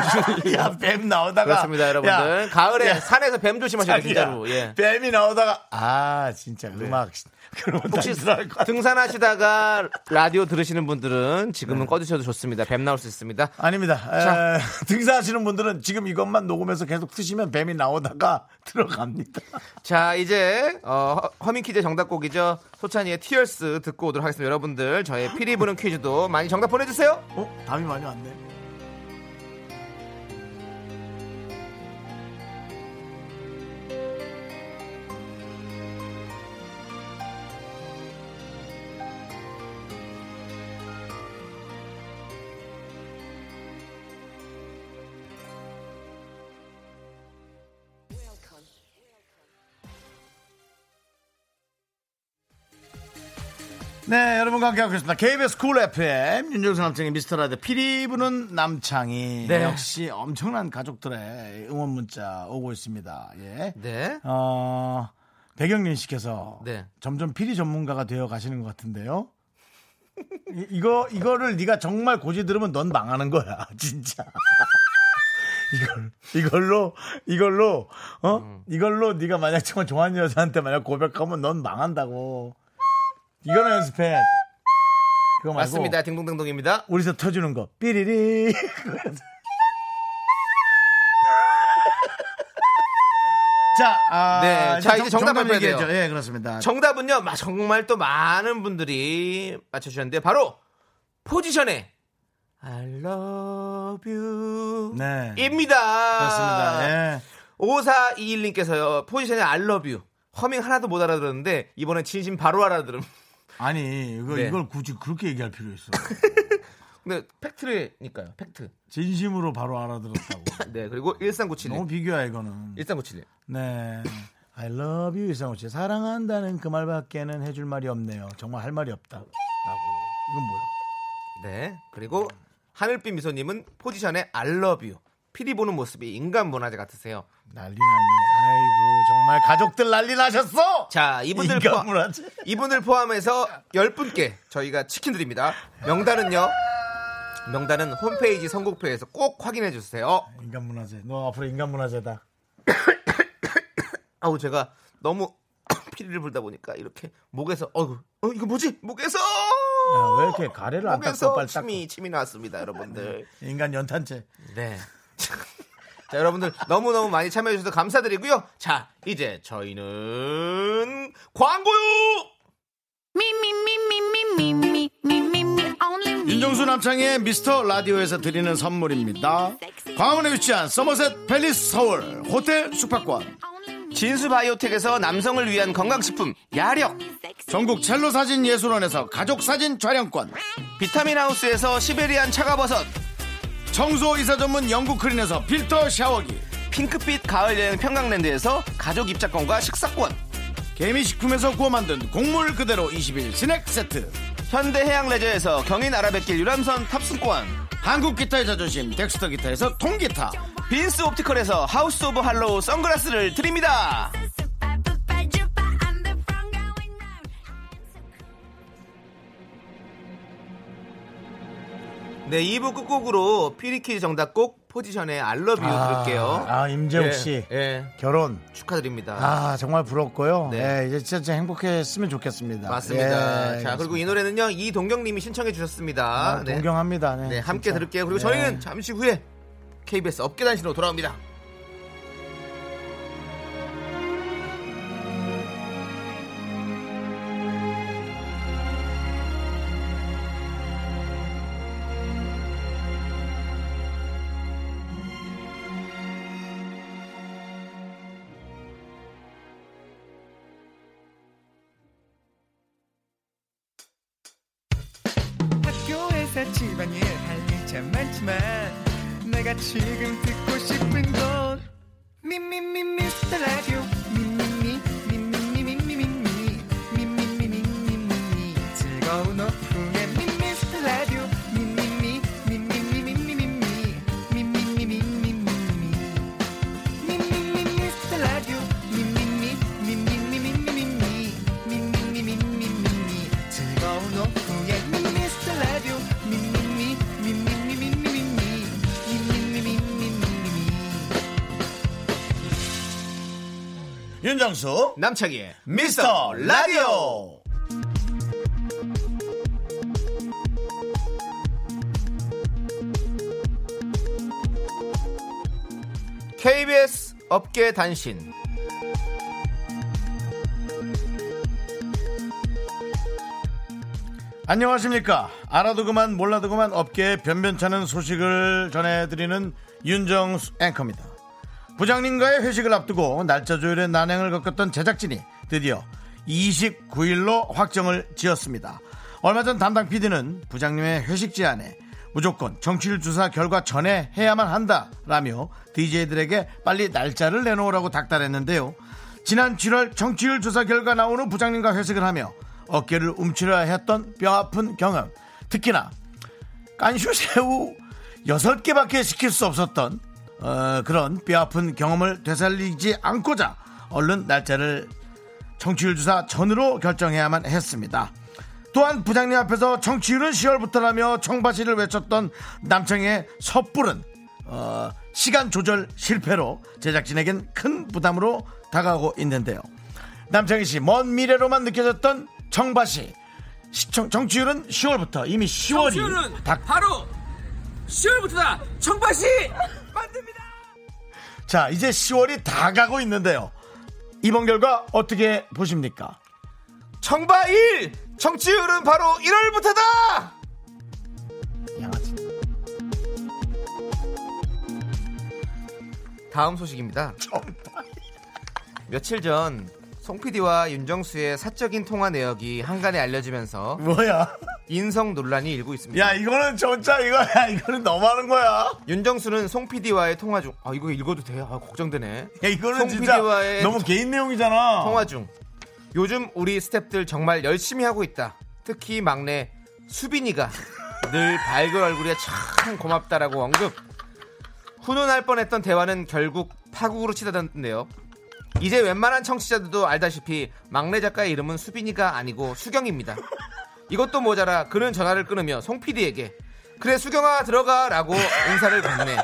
S2: 중.
S1: 야뱀 나오다가
S2: 그렇습니다, 여러분들.
S1: 야,
S2: 가을에
S1: 야,
S2: 산에서 뱀 조심하셔야 돼요, 진짜로.
S1: 자기야,
S2: 예. 네.
S1: 뱀이 나오다가 아 진짜 음악 그럼
S2: 혹시
S1: 혹시 들어갈 것 같아.
S2: 등산하시다가 라디오 들으시는 분들은 지금은
S1: 네.
S2: 꺼주셔도 좋습니다. 뱀 나올 수 있습니다.
S1: 아닙니다. 에, 등산하시는 분들은 지금 이것만 녹음해서 계속 쓰시면 뱀이 나오다가 들어갑니다.
S2: 자, 이제 어, 허- 허밍키즈의 정답곡이죠. 소찬이의 티얼스 듣고 오도록 하겠습니다. 여러분들 저의 피리 부는 퀴즈도 많이 정답 보내주세요.
S1: 어? 답이 많이 왔네. 네, 여러분과 함께하고 있습니다. KBS 쿨 FM, 윤정수 남창의 미스터라드, 피리 부는 남창이.
S2: 네.
S1: 역시 엄청난 가족들의 응원 문자 오고 있습니다. 예.
S2: 네.
S1: 어, 배경민 씨께서
S2: 네.
S1: 점점 피리 전문가가 되어 가시는 것 같은데요. 이- 이거 이거를 네가 정말 고지 들으면 넌 망하는 거야, 진짜. 이걸 이걸로 이걸로 어
S2: 음.
S1: 이걸로 네가 만약 정말 좋아하는 여자한테 만약 고백하면 넌 망한다고. 이거나 연습해. 그거 말고
S2: 맞습니다. 딩동댕동입니다.
S1: 우리서 터주는 거 삐리리. 자, 아,
S2: 네, 자, 이제 정답 발표해야 돼요.
S1: 얘기하죠. 예, 그렇습니다.
S2: 정답은요. 마- 정말 또 많은 분들이 맞춰주셨는데 바로 포지션의 I love you
S1: 네.
S2: 입니다.
S1: 그렇습니다. 예.
S2: 5421님께서요. 포지션의 I love you. 허밍 하나도 못 알아들었는데 이번에 진심 바로 알아들음.
S1: 아니, 이거,
S2: 네.
S1: 이걸 굳이 그렇게 얘기할 필요 있어.
S2: 근데 팩트니까요. 팩트.
S1: 진심으로 바로 알아들었다고.
S2: 네. 그리고 1397님.
S1: 너무 비교야, 이거는.
S2: 1397님.
S1: 네. I love you, 이상호 씨. 사랑한다는 그 말밖에는 해줄 말이 없네요. 정말 할 말이 없다. 라고. 이건 뭐야?
S2: 네. 그리고 하늘빛 미소님은 포지션의 I love you. 피리 보는 모습이 인간 문화재 같으세요.
S1: 난리 났네. 아이고, 정말 가족들 난리 나셨어!
S2: 자, 이분들 뭐. 포함-
S1: 인간물하지?
S2: 이분을 포함해서 10분께 저희가 치킨 드립니다. 명단은요. 명단은 홈페이지 선곡표에서 꼭 확인해 주세요.
S1: 인간문화재. 너 앞으로 인간문화재다.
S2: 아우 제가 너무 피리를 불다 보니까 이렇게 목에서 어이구 어 이거 뭐지? 목에서
S1: 야, 왜 이렇게 가래를 안 닦고 네.
S2: 목에서
S1: 빨리 닦고.
S2: 침이 침이 나왔습니다, 여러분들.
S1: 인간 연탄재.
S2: 네. 자, 여러분들 너무너무 많이 참여해주셔서 감사드리고요. 자, 이제 저희는 광고요!
S1: 윤정수 남창의 미스터 라디오에서 드리는 선물입니다. 광화문에 위치한 서머셋 팰리스 서울 호텔 숙박권
S2: 진수 바이오텍에서 남성을 위한 건강식품, 야력,
S1: 전국 첼로 사진 예술원에서 가족 사진 촬영권
S2: 비타민 하우스에서 시베리안 차가버섯,
S1: 청소 이사 전문 영국 크린에서 필터 샤워기
S2: 핑크빛 가을여행 평강랜드에서 가족 입장권과 식사권,
S1: 개미식품에서 구워 만든 곡물 그대로 20일 스낵 세트
S2: 현대해양 레저에서 경인 아라뱃길 유람선 탑승권,
S1: 한국 기타의 자존심 덱스터 기타에서 통기타
S2: 빈스 옵티컬에서 하우스 오브 할로우 선글라스를 드립니다. 네, 2부 끝곡으로 피리키 정답곡 포지션의 알러뷰 들을게요.
S1: 아, 임재욱 씨.
S2: 예, 예,
S1: 결혼
S2: 축하드립니다.
S1: 아 정말 부럽고요.
S2: 네.
S1: 예, 이제 진짜 행복했으면 좋겠습니다.
S2: 맞습니다.
S1: 예,
S2: 자, 그리고 이 노래는요, 이동경님이 신청해 주셨습니다.
S1: 아, 동경합니다. 네,
S2: 네, 함께
S1: 진짜.
S2: 들을게요. 그리고
S1: 네.
S2: 저희는 잠시 후에 KBS 업계단신으로 돌아옵니다.
S8: 학교에서 집안일 할 일 참 많지만 내가 지금 듣고 싶은 건 미미미 미스터 라디오 미미미 미미미 미미미 미미미 미미미 즐거운 오후에 미스터 라디오 미미미 미미미 미미미 미미미 미미미
S1: 윤정수
S2: 남창희의
S1: 미스터 라디오.
S2: KBS 업계 단신.
S1: 안녕하십니까. 알아도 그만 몰라도 그만 업계의 변변찮은 소식을 전해드리는 윤정수 앵커입니다. 부장님과의 회식을 앞두고 날짜 조율의 난항을 겪었던 제작진이 드디어 29일로 확정을 지었습니다. 얼마 전 담당 PD는 부장님의 회식 제안에 무조건 정치율 조사 결과 전에 해야만 한다라며 DJ들에게 빨리 날짜를 내놓으라고 닥달했는데요. 지난 7월 정치율 조사 결과 나온 후 부장님과 회식을 하며 어깨를 움츠려야 했던 뼈아픈 경험 특히나 깐슈새우 6개밖에 시킬 수 없었던 어, 그런 뼈아픈 경험을 되살리지 않고자 얼른 날짜를 청취율 조사 전으로 결정해야만 했습니다. 또한 부장님 앞에서 청취율은 10월부터라며 청바지를 외쳤던 남청의 섣부른 어, 시간 조절 실패로 제작진에겐 큰 부담으로 다가오고 있는데요. 남창희 씨 먼 미래로만 느껴졌던 청바시 시청 정치율은 10월부터 이미 10월이 다
S3: 바로 10월부터다 청바시
S1: 자, 이제 10월이 다 가고 있는데요. 이번 결과 어떻게 보십니까?
S2: 청바 일 청취율은 바로 1월부터다! 다음 소식입니다. 며칠 전, 송 PD와 윤정수의 사적인 통화 내역이 한간에 알려지면서
S1: 뭐야?
S2: 인성 논란이 일고 있습니다.
S1: 야, 이거는 진짜 이거야. 이거는 너무하는 거야.
S2: 윤정수는 송 PD와의 통화 중, 아, 이거 읽어도 돼요? 아, 걱정되네.
S1: 야, 이거는
S2: 송
S1: 진짜
S2: PD와의
S1: 너무 개인 내용이잖아.
S2: 통화 중. 요즘 우리 스탭들 정말 열심히 하고 있다. 특히 막내 수빈이가 늘 밝은 얼굴에 참 고맙다라고 언급. 훈훈할 뻔했던 대화는 결국 파국으로 치닫았는데요. 이제 웬만한 청취자들도 알다시피 막내 작가의 이름은 수빈이가 아니고 수경입니다. 이것도 모자라 그는 전화를 끊으며 송 PD에게 그래 수경아 들어가라고 인사를 건네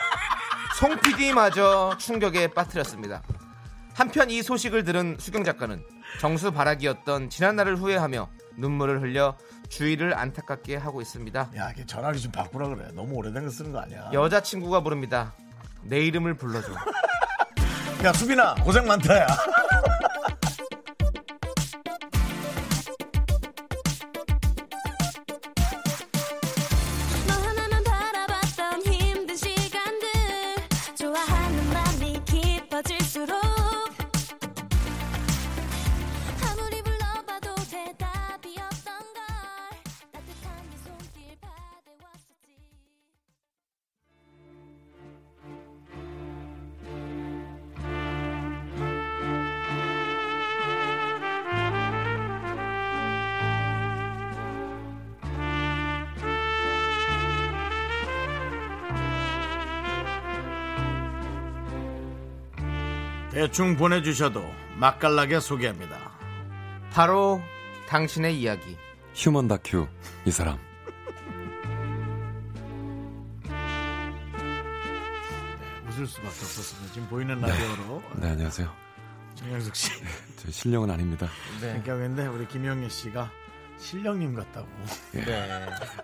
S2: 송 PD마저 충격에 빠뜨렸습니다. 한편 이 소식을 들은 수경 작가는 정수 바라기였던 지난날을 후회하며 눈물을 흘려 주위를 안타깝게 하고 있습니다.
S1: 야, 이게 전화기 좀 바꾸라 그래. 너무 오래된 거 쓰는 거 아니야?
S2: 여자친구가 부릅니다. 내 이름을 불러줘.
S1: 야 수빈아 고생 많다야.
S5: 너 하나만 바라봤던 힘든 시간들 좋아하는 마음이 깊어질수록 아무리 불러봐도 대답이 없던 걸 따뜻한 네 손길 바래왔었지
S1: 대충 보내주셔도 맛깔나게 소개합니다.
S2: 바로 당신의 이야기.
S9: 휴먼 다큐 이 사람
S1: 웃을 수밖에 없었습니다. 지금 보이는 라디오로
S9: 네 안녕하세요
S1: 정영석 씨.
S9: 저 실력은 아닙니다 네.
S1: 그러니까 근데 우리 김영애 씨가 실령님 같다고.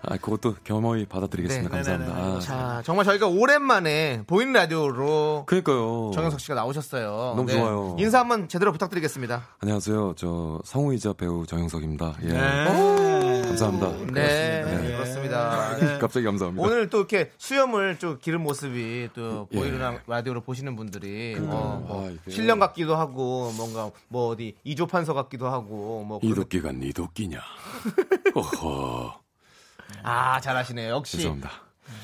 S9: 아 그것도 겸허히 받아들이겠습니다
S1: 네,
S9: 감사합니다
S1: 네네네.
S9: 아,
S2: 자, 정말 저희가 오랜만에 보이는 라디오로
S9: 그러니까요
S2: 정영석 씨가 나오셨어요. 네.
S9: 너무 좋아요.
S2: 인사 한번 제대로 부탁드리겠습니다.
S9: 안녕하세요 저 성우이자 배우 정영석입니다 예
S1: 네.
S9: 감사합니다
S2: 네,
S9: 네.
S2: 그렇습니다.
S9: 갑자기 감사합니다
S2: 오늘 또 이렇게 수염을 좀 기른 모습이 또
S9: 예.
S2: 보이는 라디오로 보시는 분들이 어, 뭐
S9: 아, 이게.
S2: 신령 같기도 하고 뭔가 뭐 어디 이조 판서 같기도 하고 뭐
S9: 이 도끼가 니 도끼냐 어허
S2: 아 잘하시네요 역시
S9: 죄송합니다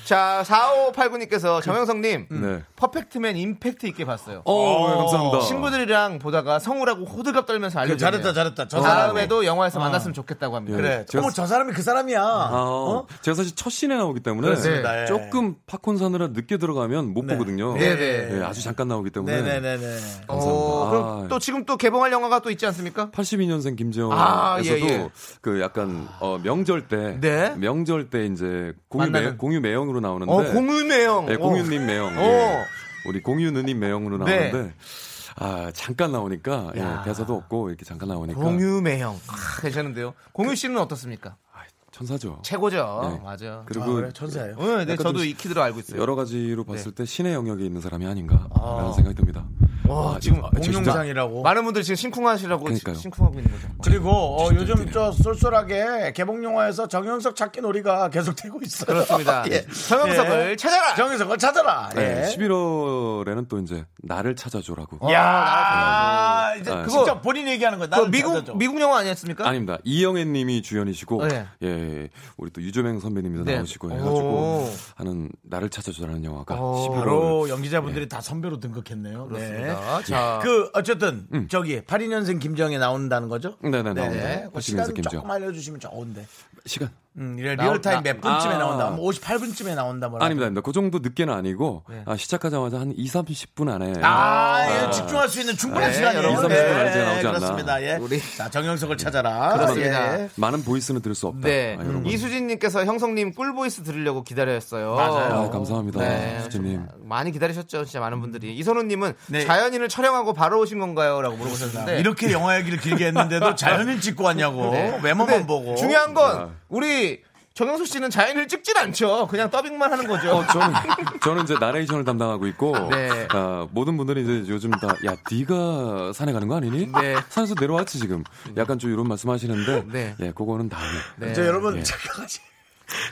S2: 자 4589님께서 정영성님
S9: 네
S2: 퍼펙트맨 임팩트 있게 봤어요
S9: 어, 네, 감사합니다.
S2: 친구들이랑 보다가 성우라고 호들갑 떨면서 알려주네요
S1: 그
S2: 그
S1: 잘했다, 잘했다. 저
S2: 다음에도 영화에서
S9: 아.
S2: 만났으면 좋겠다고 합니다
S9: 그래.
S1: 어,
S9: 제가-
S1: 머저 사람이 그 사람이야.
S9: 아,
S1: 어?
S9: 제가 사실 첫 신에 나오기 때문에
S2: 그렇습니다. 네.
S1: 예.
S9: 조금 팝콘 사느라 늦게 들어가면 못 보거든요.
S2: 네네.
S9: 예, 아주 잠깐 나오기 때문에
S1: 네네네네.
S2: 어,
S9: 감사합니다.
S2: 그럼
S9: 아.
S2: 또 지금 또 개봉할 영화가 또 있지 않습니까
S9: 82년생 김재원에서도
S2: 아, 예, 예.
S9: 그 약간 어, 명절 때
S2: 네.
S9: 명절 때 이제 공유
S2: 만나는-
S9: 매, 공유 매형으로 나오는데
S2: 어 공유매형
S9: 예, 네. 공유님 매형
S2: 어.
S9: 예. 우리 공유 누님 매형으로
S2: 네.
S9: 나오는데 아 잠깐 나오니까
S2: 야.
S9: 예, 대사도 없고 이렇게 잠깐 나오니까
S2: 그러니까 공유매형 아, 괜찮은데요 공유 씨는 어떻습니까
S9: 아, 천사죠.
S2: 최고죠
S9: 네.
S2: 맞아 네.
S1: 아,
S9: 그리고
S1: 그래, 천사예요.
S2: 응, 네,
S9: 약간
S2: 저도
S9: 좀
S2: 이 키드로 알고 있어요.
S9: 여러 가지로 봤을 때 신의 영역에 있는 사람이 아닌가라는 생각이 듭니다.
S2: 와,
S9: 아,
S2: 지금
S9: 아, 진짜-
S1: 공룡상이라고.
S2: 많은 분들 지금 심쿵하시라고 지-
S9: 그러니까요.
S2: 심쿵하고 있는 거죠.
S1: 그리고 어, 요즘 저 쏠쏠하게 개봉 영화에서 정영석 찾기 놀이가 계속되고 있어요.
S2: 그렇습니다.
S1: 예.
S2: 정영석을
S1: 예.
S2: 찾아라.
S1: 정영석을 찾아라.
S9: 네,
S1: 예.
S9: 11월에는 또 이제 나를
S2: 어.
S9: 찾아줘라고.
S1: 야, 이제
S9: 아,
S1: 그거
S2: 진짜
S1: 직접 본인 얘기하는 거야.
S2: 그 미국 미국 영화 아니었습니까?
S9: 아닙니다. 이영애님이 주연이시고
S2: 네.
S9: 예 우리 또 유조명 선배님도
S2: 네.
S9: 나오시고
S2: 오.
S9: 해가지고 하는 나를 찾아줘라는 영화가
S2: 오.
S9: 11월
S1: 바로 연기자분들이 다 선배로 등극했네요.
S2: 그렇습니다.
S1: 네.
S2: 자,
S9: 예.
S1: 그 어쨌든 저기 82년생 김정이 나온다는 거죠?
S9: 네네
S1: 네네.
S9: 나옵니다.
S1: 그
S9: 80년대
S1: 시간
S9: 김정
S1: 조금 알려주시면 좋은데.
S9: 시간
S1: 음, 이래 리얼타임 몇 분쯤에
S9: 아.
S1: 나온다. 뭐 58분쯤에 나온다. 뭐라.
S9: 아닙니다, 아닙니다. 그 정도 늦게는 아니고 아, 시작하자마자 한 2, 30분 안에
S1: 아, 예, 집중할 수 있는 충분한
S2: 네,
S1: 시간이에요.
S2: 여러분.
S1: 네,
S9: 20, 30분 안에 나오지 않나.
S1: 그렇습니다. 예.
S2: 우리-
S1: 자, 정영석을 찾아라.
S2: 그렇습니다.
S1: 예.
S9: 많은 보이스는 들을 수 없다.
S2: 네.
S9: 아, 이런 거.
S2: 이수진님께서 형성님 꿀보이스 들으려고 기다렸어요.
S9: 아, 감사합니다,
S2: 네.
S9: 수진님.
S2: 많이 기다리셨죠, 진짜 많은 분들이. 이선우님은
S1: 네.
S2: 자연인을 촬영하고 바로 오신 건가요?라고
S9: 네.
S2: 물어보셨는데
S1: 이렇게 영화 얘기를 길게 했는데도 자연인 찍고 왔냐고.
S2: 네.
S1: 어, 외모만
S2: 근데
S1: 보고. 네.
S2: 중요한 건 우리 정영수 씨는 자연을 찍진 않죠. 그냥 더빙만 하는 거죠.
S9: 어, 저는 저는 이제 나레이션을 담당하고 있고
S2: 네.
S9: 아, 모든 분들이 이제 요즘 다야 네가 산에 가는 거 아니니?
S2: 네.
S9: 산에서 내려왔지 지금. 약간 좀 이런 말씀하시는데
S2: 네.
S9: 예 그거는 다음에.
S2: 네.
S1: 저 여러분
S9: 예.
S1: 착각하지.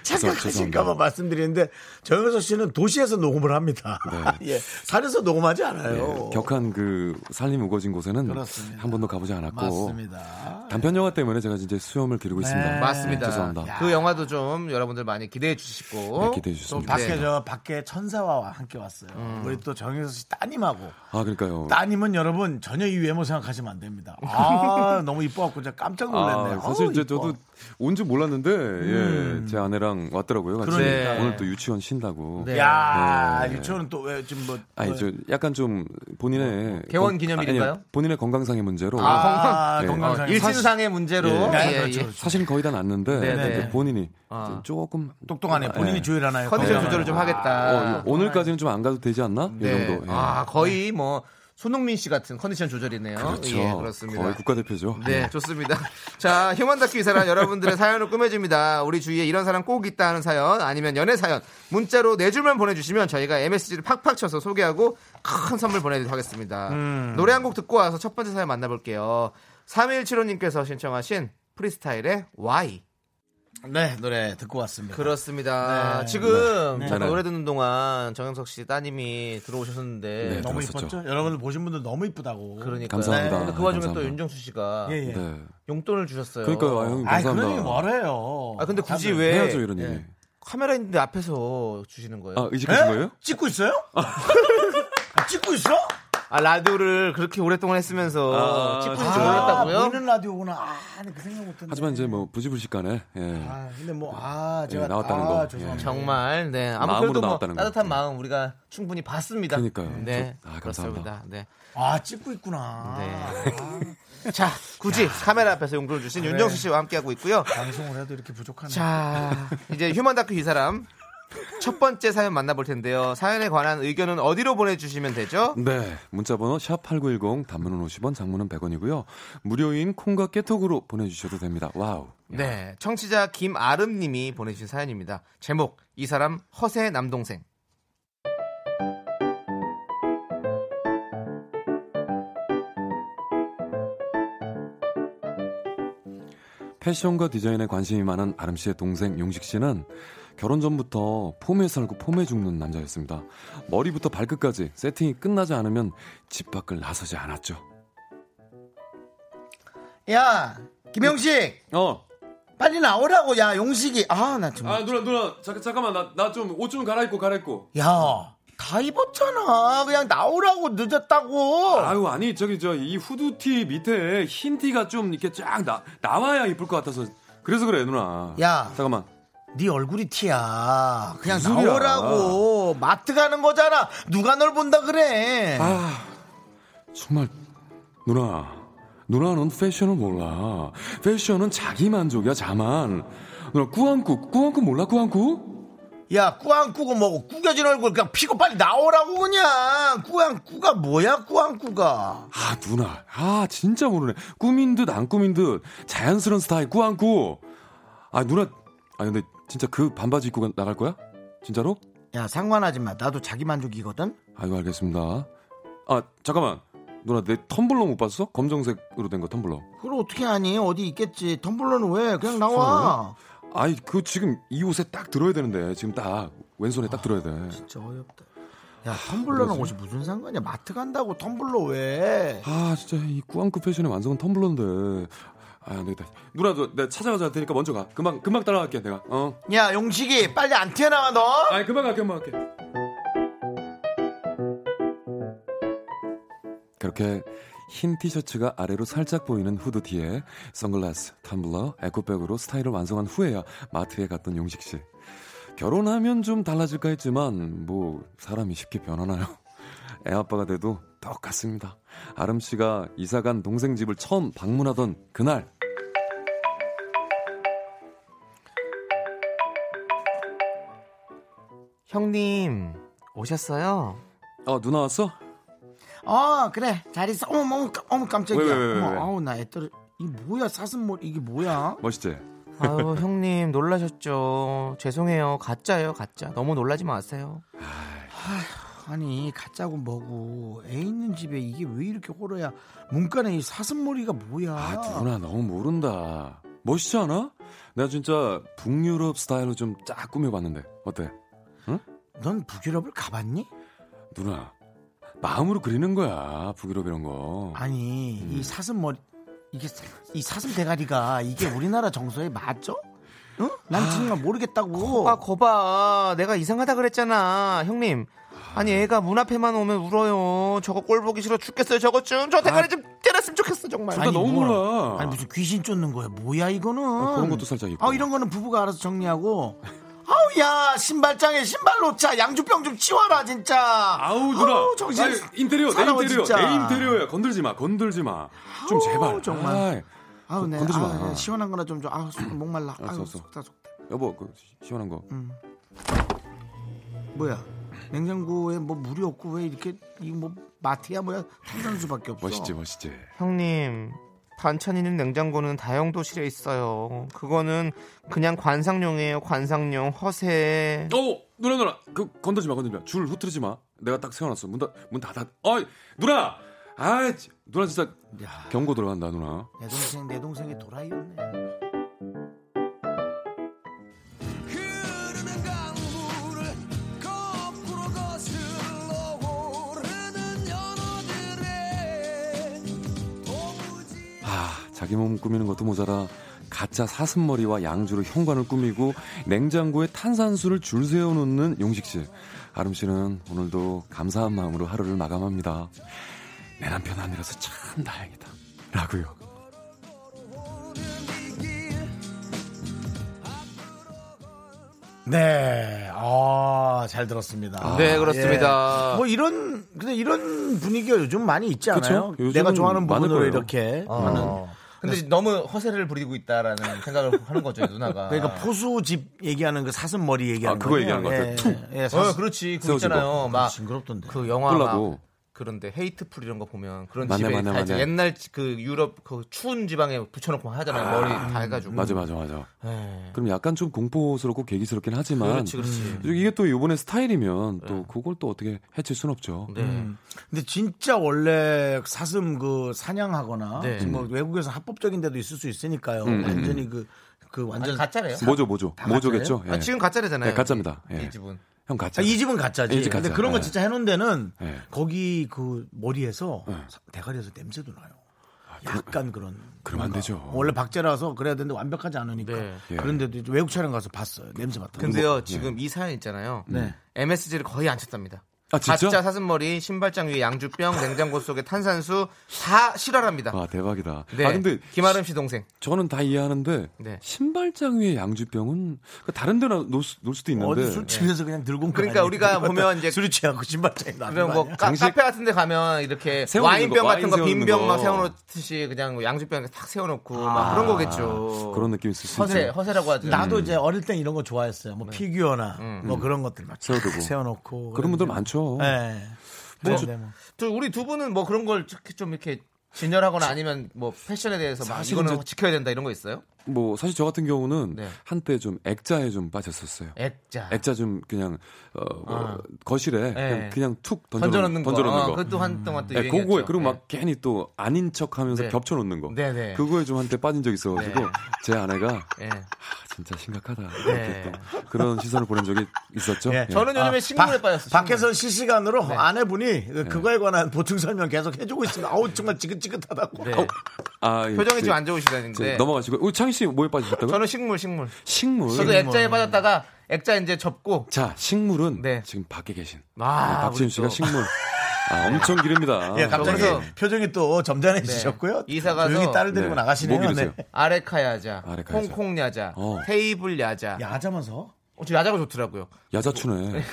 S9: 죄송-
S1: 착각하실까봐
S9: 죄송합니다.
S1: 말씀드리는데 정영석 씨는 도시에서 녹음을 합니다. 예, 산에서 녹음하지 않아요.
S9: 예, 네. 격한 그 살림 우거진 곳에는
S1: 그렇습니다.
S9: 한 번도 가보지 않았고
S1: 맞습니다.
S9: 단편 영화 때문에 제가 이제 수염을 기르고 있습니다.
S2: 맞습니다.
S9: 네, 죄송합니다.
S2: 그 영화도 좀 여러분들 많이 기대해 주시고
S9: 네, 음. 기대해 주셨으면
S2: 또
S1: 밖에
S2: 네.
S1: 저 밖에 천사와 함께 왔어요. 우리 또 정영석 씨 따님하고
S9: 아 그러니까요.
S1: 따님은 여러분 전혀 이 외모 생각하시면 안 됩니다. 아 너무 이뻐갖고 진짜 깜짝 놀랐네요.
S9: 아, 사실
S1: 아우,
S9: 이제
S1: 이뻐.
S9: 저도 온 줄 몰랐는데 예, 제 아내랑 왔더라고요. 같이
S2: 음. 그러니까.
S9: 오늘 또 유치원 쉰다고.
S2: 네.
S1: 야
S9: 네.
S1: 유치원은 또 왜 지금 뭐
S9: 아니 저 약간 좀 본인의
S2: 어, 개원
S9: 건-
S2: 기념일인가요?
S9: 아니요, 본인의 건강상의 문제로
S1: 아,
S9: 네.
S1: 건강상
S2: 어, 일신상의 문제로
S9: 예.
S1: 아,
S2: 예,
S1: 그렇죠,
S2: 예.
S1: 그렇죠.
S9: 사실은 거의 다 났는데
S2: 네네.
S9: 이제 본인이
S2: 아.
S9: 좀 조금
S1: 똑똑하네. 본인이
S9: 예.
S1: 조율 하나요?
S2: 컨디션
S9: 네.
S2: 조절을 좀
S9: 어,
S2: 하겠다.
S9: 오늘까지는 좀 안 가도 되지 않나? 이
S2: 아, 네.
S9: 정도. 예.
S2: 아 거의 뭐 손흥민 씨 같은 컨디션 조절이네요.
S9: 그렇죠.
S2: 예, 그렇습니다.
S9: 거의 국가대표죠.
S2: 네, 좋습니다. 자, 휴먼 다큐 이 사람 여러분들의 사연을 꾸며줍니다. 우리 주위에 이런 사람 꼭 있다 하는 사연, 아니면 연애 사연, 문자로 네 줄만 보내주시면 저희가 MSG를 팍팍 쳐서 소개하고 큰 선물 보내드리도록 하겠습니다.
S1: 음.
S2: 노래 한 곡 듣고 와서 첫 번째 사연 만나볼게요. 3175님께서 신청하신 프리스타일의 Y.
S1: 네, 노래 듣고 왔습니다.
S2: 그렇습니다.
S1: 네.
S2: 지금
S1: 네.
S2: 제가
S1: 네.
S2: 노래 듣는 동안 정영석 씨 따님이 들어오셨는데
S1: 너무 이뻤죠? 여러분들 보신 분들 너무 이쁘다고.
S2: 그러니까요.
S9: 네, 감사합니다.
S2: 근데 그 와중에 또
S9: 감사합니다.
S2: 윤정수 씨가
S1: 예, 예.
S9: 네.
S2: 용돈을 주셨어요.
S9: 그러니까요, 아, 형님, 아이, 감사합니다. 그런 얘기
S1: 뭐래요?
S2: 아, 근데 굳이
S1: 다들
S2: 왜 예.
S9: 해야죠, 이런 얘기.
S2: 카메라 있는데 앞에서 주시는 거예요?
S9: 아, 의식하신
S2: 에?
S9: 거예요?
S1: 네? 찍고 있어요? 찍고 있어?
S2: 아, 라디오를 그렇게 오랫동안 했으면서
S9: 아,
S2: 찍고 있는
S9: 진짜.
S2: 줄 몰랐다고요?
S1: 아, 보이는 라디오구나. 아, 근데 그 생각 못했네.
S9: 하지만 이제 뭐 부지불식간에 예.
S1: 아, 근데 뭐, 아, 제가.
S9: 예, 나왔다는
S1: 아,
S9: 거. 예.
S1: 죄송합니다.
S2: 정말 네 아무
S9: 마음으로
S2: 그래도 뭐
S9: 나왔다는 거.
S2: 따뜻한 마음 우리가 충분히 봤습니다.
S9: 그러니까요.
S2: 네,
S9: 저- 아,
S2: 그렇습니다.
S9: 감사합니다.
S2: 네.
S1: 아, 찍고 있구나. 아,
S2: 네. 자, 굳이 카메라 앞에서 용돈을 주신
S1: 네.
S2: 윤정수 씨와 함께하고 있고요.
S1: 방송을 해도 이렇게 부족하네.
S2: 자, 이제 휴먼 다큐 이 사람 첫 번째 사연 만나볼 텐데요. 사연에 관한 의견은 어디로 보내주시면 되죠?
S9: 네, 문자번호 샵 #8910 단문은 50원, 장문은 100원이고요. 무료인 콩과 깨톡으로 보내주셔도 됩니다. 와우.
S2: 네, 청취자 김아름님이 보내주신 사연입니다. 제목 이 사람 허세 남동생.
S9: 패션과 디자인에 관심이 많은 아름 씨의 동생 용식 씨는 결혼 전부터 폼에 살고 폼에 죽는 남자였습니다. 머리부터 발끝까지 세팅이 끝나지 않으면 집 밖을 나서지 않았죠.
S1: 야, 김영식!
S9: 어.
S1: 빨리 나오라고, 야, 용식이. 아, 나 정말.
S10: 아 누나 누나 잠깐 잠깐만 나 나 좀 옷 좀 갈아입고 갈아입고.
S1: 야, 다 입었잖아. 그냥 나오라고 늦었다고.
S10: 아유 아니 저기 저 이 후드티 밑에 흰 티가 좀 이렇게 쫙 나, 나와야 이쁠 것 같아서 그래서 그래 누나.
S1: 야.
S10: 잠깐만.
S1: 네 얼굴이 티야. 그냥
S10: 무슨 소리야.
S1: 나오라고. 마트 가는 거잖아. 누가 널 본다 그래.
S9: 아, 정말 누나, 누나는 패션을 몰라. 패션은 자기 만족이야 자만. 누나 꾸안꾸, 꾸안꾸 몰라 꾸안꾸?
S1: 야, 꾸안꾸고 뭐고 꾸겨진 얼굴 그냥 피고 빨리 나오라고 그냥. 꾸안꾸가 뭐야, 꾸안꾸가.
S9: 아 누나, 아 진짜 모르네. 꾸민 듯 안 꾸민 듯 자연스러운 스타일 꾸안꾸. 아 누나, 아 근데 진짜 그 반바지 입고 가- 나갈 거야? 진짜로?
S1: 야, 상관하지 마. 나도 자기 만족이거든.
S9: 아이고 알겠습니다. 아 잠깐만, 누나 내 텀블러 못 봤어? 검정색으로 된 거 텀블러.
S1: 그걸 어떻게 하니? 어디 있겠지. 텀블러는 왜? 그냥 나와.
S9: 아이 그 지금 이 옷에 딱 들어야 되는데 지금 딱 왼손에 딱 들어야 돼.
S1: 진짜 어이없다. 야, 텀블러랑 옷이 무슨 상관이야? 마트 간다고 텀블러 왜?
S9: 아 진짜 이 꾸안꾸 패션의 완성은 텀블러인데 아 안되겠다 누나 너, 내가 찾아가서 할 테니까 먼저 가 금방 금방 따라갈게 내가 어
S1: 야, 용식이 빨리 안 튀어나와 너.
S10: 아니 금방 갈게 금방 갈게.
S9: 그렇게 흰 티셔츠가 아래로 살짝 보이는 후드티에 선글라스, 텀블러, 에코백으로 스타일을 완성한 후에야 마트에 갔던 용식 씨. 결혼하면 좀 달라질까 했지만 뭐 사람이 쉽게 변하나요? 애 아빠가 돼도 똑같습니다. 아름 씨가 이사간 동생 집을 처음 방문하던 그날.
S2: 형님 오셨어요?
S9: 어 누나 왔어?
S1: 어 그래 잘 있어 어머 어머, 깜- 어머 깜짝이야
S9: 왜, 왜, 왜, 왜,
S1: 어머,
S9: 왜?
S1: 아우 나 애떨어 이게 뭐야 사슴몰 이게 뭐야
S9: 멋있지?
S2: 아유 형님 놀라셨죠? 죄송해요 가짜예요 가짜. 너무 놀라지 마세요.
S1: 아니 가짜고 뭐고 애 있는 집에 이게 왜 이렇게 호러야 문간에 이 사슴몰이가 뭐야
S9: 아, 누나 너무 모른다. 멋있지 않아? 내가 진짜 북유럽 스타일로 좀 쫙 꾸며봤는데 어때?
S1: 넌 북유럽을 가봤니
S9: 누나 마음으로 그리는 거야 북유럽 이런 거.
S1: 아니
S9: 음.
S1: 이 사슴몰 이게 사- 이 사슴 대가리가 이게 우리나라 정서에 맞죠 응?
S9: 아,
S1: 난 정말 모르겠다고
S2: 아, 거봐 거봐 내가 이상하다 그랬잖아 형님. 아니 애가 문 앞에만 오면 울어요. 저거 꼴 보기 싫어 죽겠어요. 저거 좀저 대가리 좀 때렸으면 좋겠어 정말.
S9: 둘다
S2: 그러니까
S9: 너무
S1: 뭘.
S9: 몰라.
S1: 아니 무슨 귀신 쫓는 거야 뭐야 이거는
S9: 아, 그런 것도 살짝 있고.
S1: 아 이런 거는 부부가 알아서 정리하고 아우 야 신발장에 신발 놓자 양주병 좀 치워라 진짜
S10: 아우 누나.
S1: 아우, 정신
S10: 아니, 인테리어 내
S1: 사나워,
S10: 인테리어
S1: 진짜.
S10: 내 인테리어야 건들지 마 건들지 마. 좀 제발.
S1: 정말.
S9: 아이,
S1: 아우 네
S9: 건들지 마.
S1: 아우, 네, 시원한 거나 좀줘 아우 속, 목말라 아우
S9: 알았어.
S1: 속다 속다
S9: 여보 그 시- 시원한 거.
S1: 뭐야 냉장고에 뭐 물이 없고 왜 이렇게 이 뭐 마트야 뭐야 탄산수밖에 없어.
S9: 멋있지 뭐. 멋있지.
S2: 형님 반찬 있는 냉장고는 다용도실에 있어요. 그거는 그냥 관상용이에요. 관상용 허세.
S9: 어 누나 누나 그 건들지 마 건들지 마줄 흐트리지 마. 내가 딱 세워놨어 문 닫 문 닫아. 어이 누나 아 누나 진짜 경고 들어간다 누나.
S1: 내 동생 내 동생이 도라이였네.
S4: 거꾸로 거슬러 오르는 연어들의
S9: 아, 자기 몸 꾸미는 것도 모자라 가짜 사슴머리와 양주로 현관을 꾸미고 냉장고에 탄산수를 줄 세워놓는 용식 씨. 아름 씨는 오늘도 감사한 마음으로 하루를 마감합니다. 내 남편 아니라서 참 다행이다. 라고요.
S1: 네, 아, 잘 들었습니다.
S2: 네, 그렇습니다.
S1: 예. 뭐 이런, 근데 이런 분위기가 요즘 많이 있지 않아요?
S2: 그쵸? 요즘
S1: 내가 좋아하는
S2: 많을
S1: 부분으로
S2: 거예요.
S1: 이렇게
S2: 어.
S1: 하는.
S2: 근데 너무 허세를 부리고 있다라는 생각을 하는 거죠, 누나가.
S1: 그러니까 포수집 얘기하는 그 사슴머리 얘기하는
S2: 아,
S1: 예.
S2: 그거 얘기하는 것 같아요. 퉁. 어, 그렇지. 그거 있잖아요. 막
S1: 징그럽던데.
S2: 그 영화
S1: 뚫라고.
S2: 막 그런데 헤이트풀 이런 거 보면 그런
S9: 맞네,
S2: 집에
S9: 맞네,
S2: 다 이제
S9: 맞네.
S2: 옛날 그 유럽 그 추운 지방에 붙여놓고 하잖아요. 머리 다 해가지고.
S9: 맞아, 음. 맞아, 맞아.
S2: 네.
S9: 그럼 약간 좀 공포스럽고 계기스럽긴 하지만.
S2: 그렇지, 네. 그렇지.
S9: 이게 또 이번에 스타일이면 또 그걸 또 어떻게 해칠 순 없죠.
S2: 네.
S1: 음. 근데 진짜 원래 사슴 그 사냥하거나
S9: 네.
S1: 지금 뭐 외국에서 합법적인 데도 있을 수 있으니까요.
S9: 음, 음,
S1: 완전히 그, 그 완전
S2: 아니, 가짜래요? 아,
S9: 모조, 모조.
S1: 다
S9: 모조겠죠?
S1: 가짜예요?
S9: 뭐, 예. 네, 가짜입니다. 예. 형 가짜.
S1: 아, 이 집은 가짜지.
S9: 이 집
S1: 근데
S9: 가짜.
S1: 그런 거
S9: 예.
S1: 진짜 해놓은 데는
S9: 예.
S1: 거기 그 머리에서
S9: 네.
S1: 사- 대가리에서 냄새도 나요. 약간 그런.
S9: 아, 그러면 안 되죠.
S1: 원래 박제라서 그래야 되는데 완벽하지 않으니까.
S2: 네.
S9: 예.
S1: 그런데도 이제 외국 촬영 가서 봤어요. 냄새 맡아.
S2: 근데요, 지금 이 사연 있잖아요.
S1: 네.
S2: MSG를 거의 안 쳤답니다.
S1: 아, 진짜?
S2: 가짜 사슴머리, 신발장 위에 양주병, 냉장고 속에 탄산수 다 실화랍니다.
S9: 아, 대박이다.
S2: 네.
S9: 아, 근데
S2: 김아름 씨 동생.
S9: 저는 다 이해하는데
S2: 네.
S9: 신발장 위에 양주병은 그러니까 다른 데나 놓을, 수- 놓을 수도 있는데
S1: 뭐 어디 술집에서 그냥 들고 온
S2: 그러니까 우리가 보면 이제
S1: 술이 취하고 신발장에 나는
S2: 그런
S1: 거
S2: 뭐
S1: 아니야?
S2: 카, 페 같은 데 가면 이렇게
S1: 세우는
S2: 와인병
S1: 거,
S2: 같은 거
S1: 와인 세우는
S2: 빈병
S1: 거.
S2: 막 세워놓듯이 그냥 양주병에 탁 세워놓고
S1: 아,
S2: 막 그런 거겠죠.
S9: 그런 느낌 있을 수
S2: 허세,
S9: 있죠.
S2: 허세라고 하죠. 음.
S1: 나도 이제 어릴 땐 이런 거 좋아했어요.
S2: 네.
S1: 뭐 피규어나 뭐
S9: 음.
S1: 그런 것들 막
S9: 세워두고.
S1: 세워놓고
S9: 그런 분들 많죠.
S1: 네.
S2: 뭐,
S1: 그런데 뭐.
S2: 저 우리 두 분은 뭐 그런 걸 이렇게 좀 이렇게 진열하거나 아니면 뭐 패션에 대해서 막
S9: 사실
S2: 이거는
S9: 이제-
S2: 지켜야 된다 이런 거 있어요?
S9: 뭐 사실 저 같은 경우는
S2: 네.
S9: 한때 좀 액자에 좀 빠졌었어요.
S2: 액자.
S9: 좀 그냥 어, 뭐
S2: 아.
S9: 거실에 그냥,
S2: 네.
S9: 그냥 툭 던져
S2: 던져놓는 거.
S9: 던져놓는
S2: 어,
S9: 거.
S2: 그것도 한동안 또
S9: 네,
S2: 유행이었죠.
S9: 그거에 그리고 막
S2: 네.
S9: 괜히 또 아닌 척하면서
S2: 네.
S9: 겹쳐놓는 거.
S2: 네, 네.
S9: 그거에 좀 한때 빠진 적 있어가지고
S2: 네.
S9: 제 아내가
S2: 예.
S9: 아, 진짜 심각하다
S2: 네.
S9: 이렇게 또 그런 시선을 보낸 적이 있었죠.
S1: 예.
S9: 예.
S1: 아, 박- 밖에서 실시간으로
S2: 네.
S1: 아내분이 그거에 관한 보충 설명 계속 해주고 있습니다. 아우 정말 지긋지긋하다고.
S2: 네.
S9: 아, 예.
S2: 표정이
S9: 제-
S2: 좀 안 좋으시다는데.
S9: 제그 넘어가시고 우리 창희 씨 뭐에 빠지셨다고요?
S2: 저는 식물, 식물.
S9: 식물.
S2: 저도 액자에 빠졌다가 액자 이제 접고
S9: 자 식물은 지금 밖에 계신
S2: 아,
S9: 우리 박지윤
S2: 우리
S9: 씨가
S2: 또. 네,
S9: 식물. 아, 엄청 기릅니다.
S1: 예, 갑자기 표정이 또 점잖해지셨고요.
S2: 어, 이사 가서
S1: 조용히 딸을 데리고
S9: 네.
S1: 나가시네요.
S9: 뭐 기르세요?
S2: 아레카 야자,
S9: 아레카 야자.
S2: 홍콩 야자,
S9: 어.
S2: 테이블 야자.
S1: 야자면서?
S2: 어, 저 야자가 좋더라고요.
S9: 야자추네.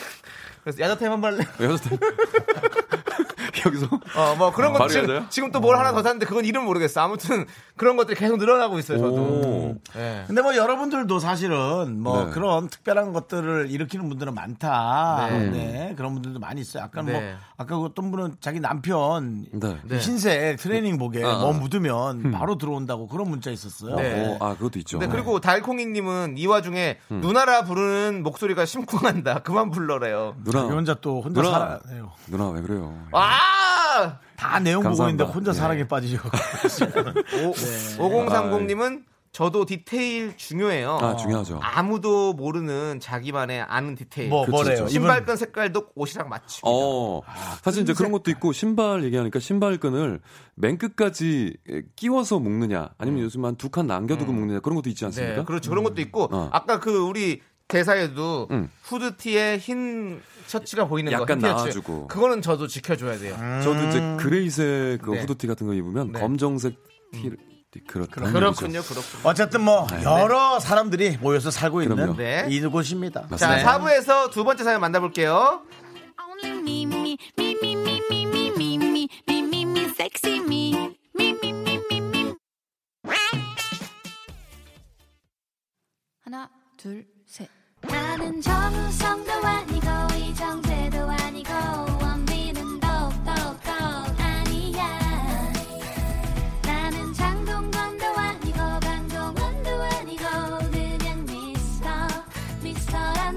S2: 그래서 야자 테이블 한번 할래.
S9: 여자들 여기서
S2: 어, 뭐 그런 것
S9: 바로
S2: 지금,
S9: 야자요? 어.
S2: 지금 또 뭘 하나 더 샀는데 그건 이름 모르겠어. 아무튼 그런 것들이 계속 늘어나고 있어요. 저도. 예.
S1: 오. 근데 뭐 여러분들도 사실은 뭐
S2: 네.
S1: 그런 특별한 것들을 일으키는 분들은 많다.
S2: 네.
S1: 네. 그런 분들도 많이 있어요. 아까 뭐
S2: 네.
S1: 아까 그 어떤 분은 자기 남편
S9: 네.
S1: 이 흰색 트레이닝복에
S9: 아, 아.
S1: 뭐 묻으면 바로 들어온다고 그런 문자 있었어요.
S2: 어. 음. 네.
S9: 어, 아 그것도 있죠.
S2: 네, 그리고 달콩이님은 이 와중에
S9: 음.
S2: 누나라 부르는 목소리가 심쿵한다. 그만 불러래요.
S9: 누나
S1: 혼자 또 아, 혼자
S9: 누나,
S1: 살아요.
S9: 누나 왜 그래요?
S2: 아!
S1: 다 내용 보고
S9: 감사합니다.
S1: 있는데 혼자
S9: 네.
S1: 사랑에 빠지죠.
S2: 오, 5030님은 저도 디테일 중요해요.
S9: 아, 중요하죠.
S2: 아무도 모르는 자기만의 아는 디테일.
S9: 뭐, 그쵸, 뭐래요? 그쵸.
S2: 신발끈 색깔도 옷이랑 맞춤.
S9: 어 사실 이제 그런 것도 있고 신발 얘기하니까 신발끈을 맨 끝까지 끼워서 묶느냐 아니면 요즘 한 두 칸 남겨두고 묶느냐 그런 것도 있지 않습니까?
S2: 네, 그렇죠. 그런 것도 있고
S9: 어.
S2: 아까 그 우리 대사에도
S9: 음.
S2: 후드티에 흰 셔츠가 보이는 거.
S9: 약간
S2: 흰 티셔츠.
S9: 나와주고.
S2: 그거는 저도 지켜줘야 돼요.
S9: 저도 이제 그레이색 그
S2: 네.
S9: 후드티 같은 거 입으면
S2: 네.
S9: 검정색 티를 그렇다. 그렇죠.
S2: 그렇군요, 그렇군요.
S1: 어쨌든 뭐
S9: 네.
S1: 여러 사람들이 모여서 살고 있는
S9: 그럼요. 아,
S2: 네.
S1: 이곳입니다.
S2: 자, 4부에서 두 번째 사연 만나볼게요.
S5: me, me, me, me, me, me, me, me, me, me, me, me, sexy me. Me, me, me, me, me.
S11: 하나, 둘, 셋.
S5: 나는 정우성도 아니고 이정재도 아니고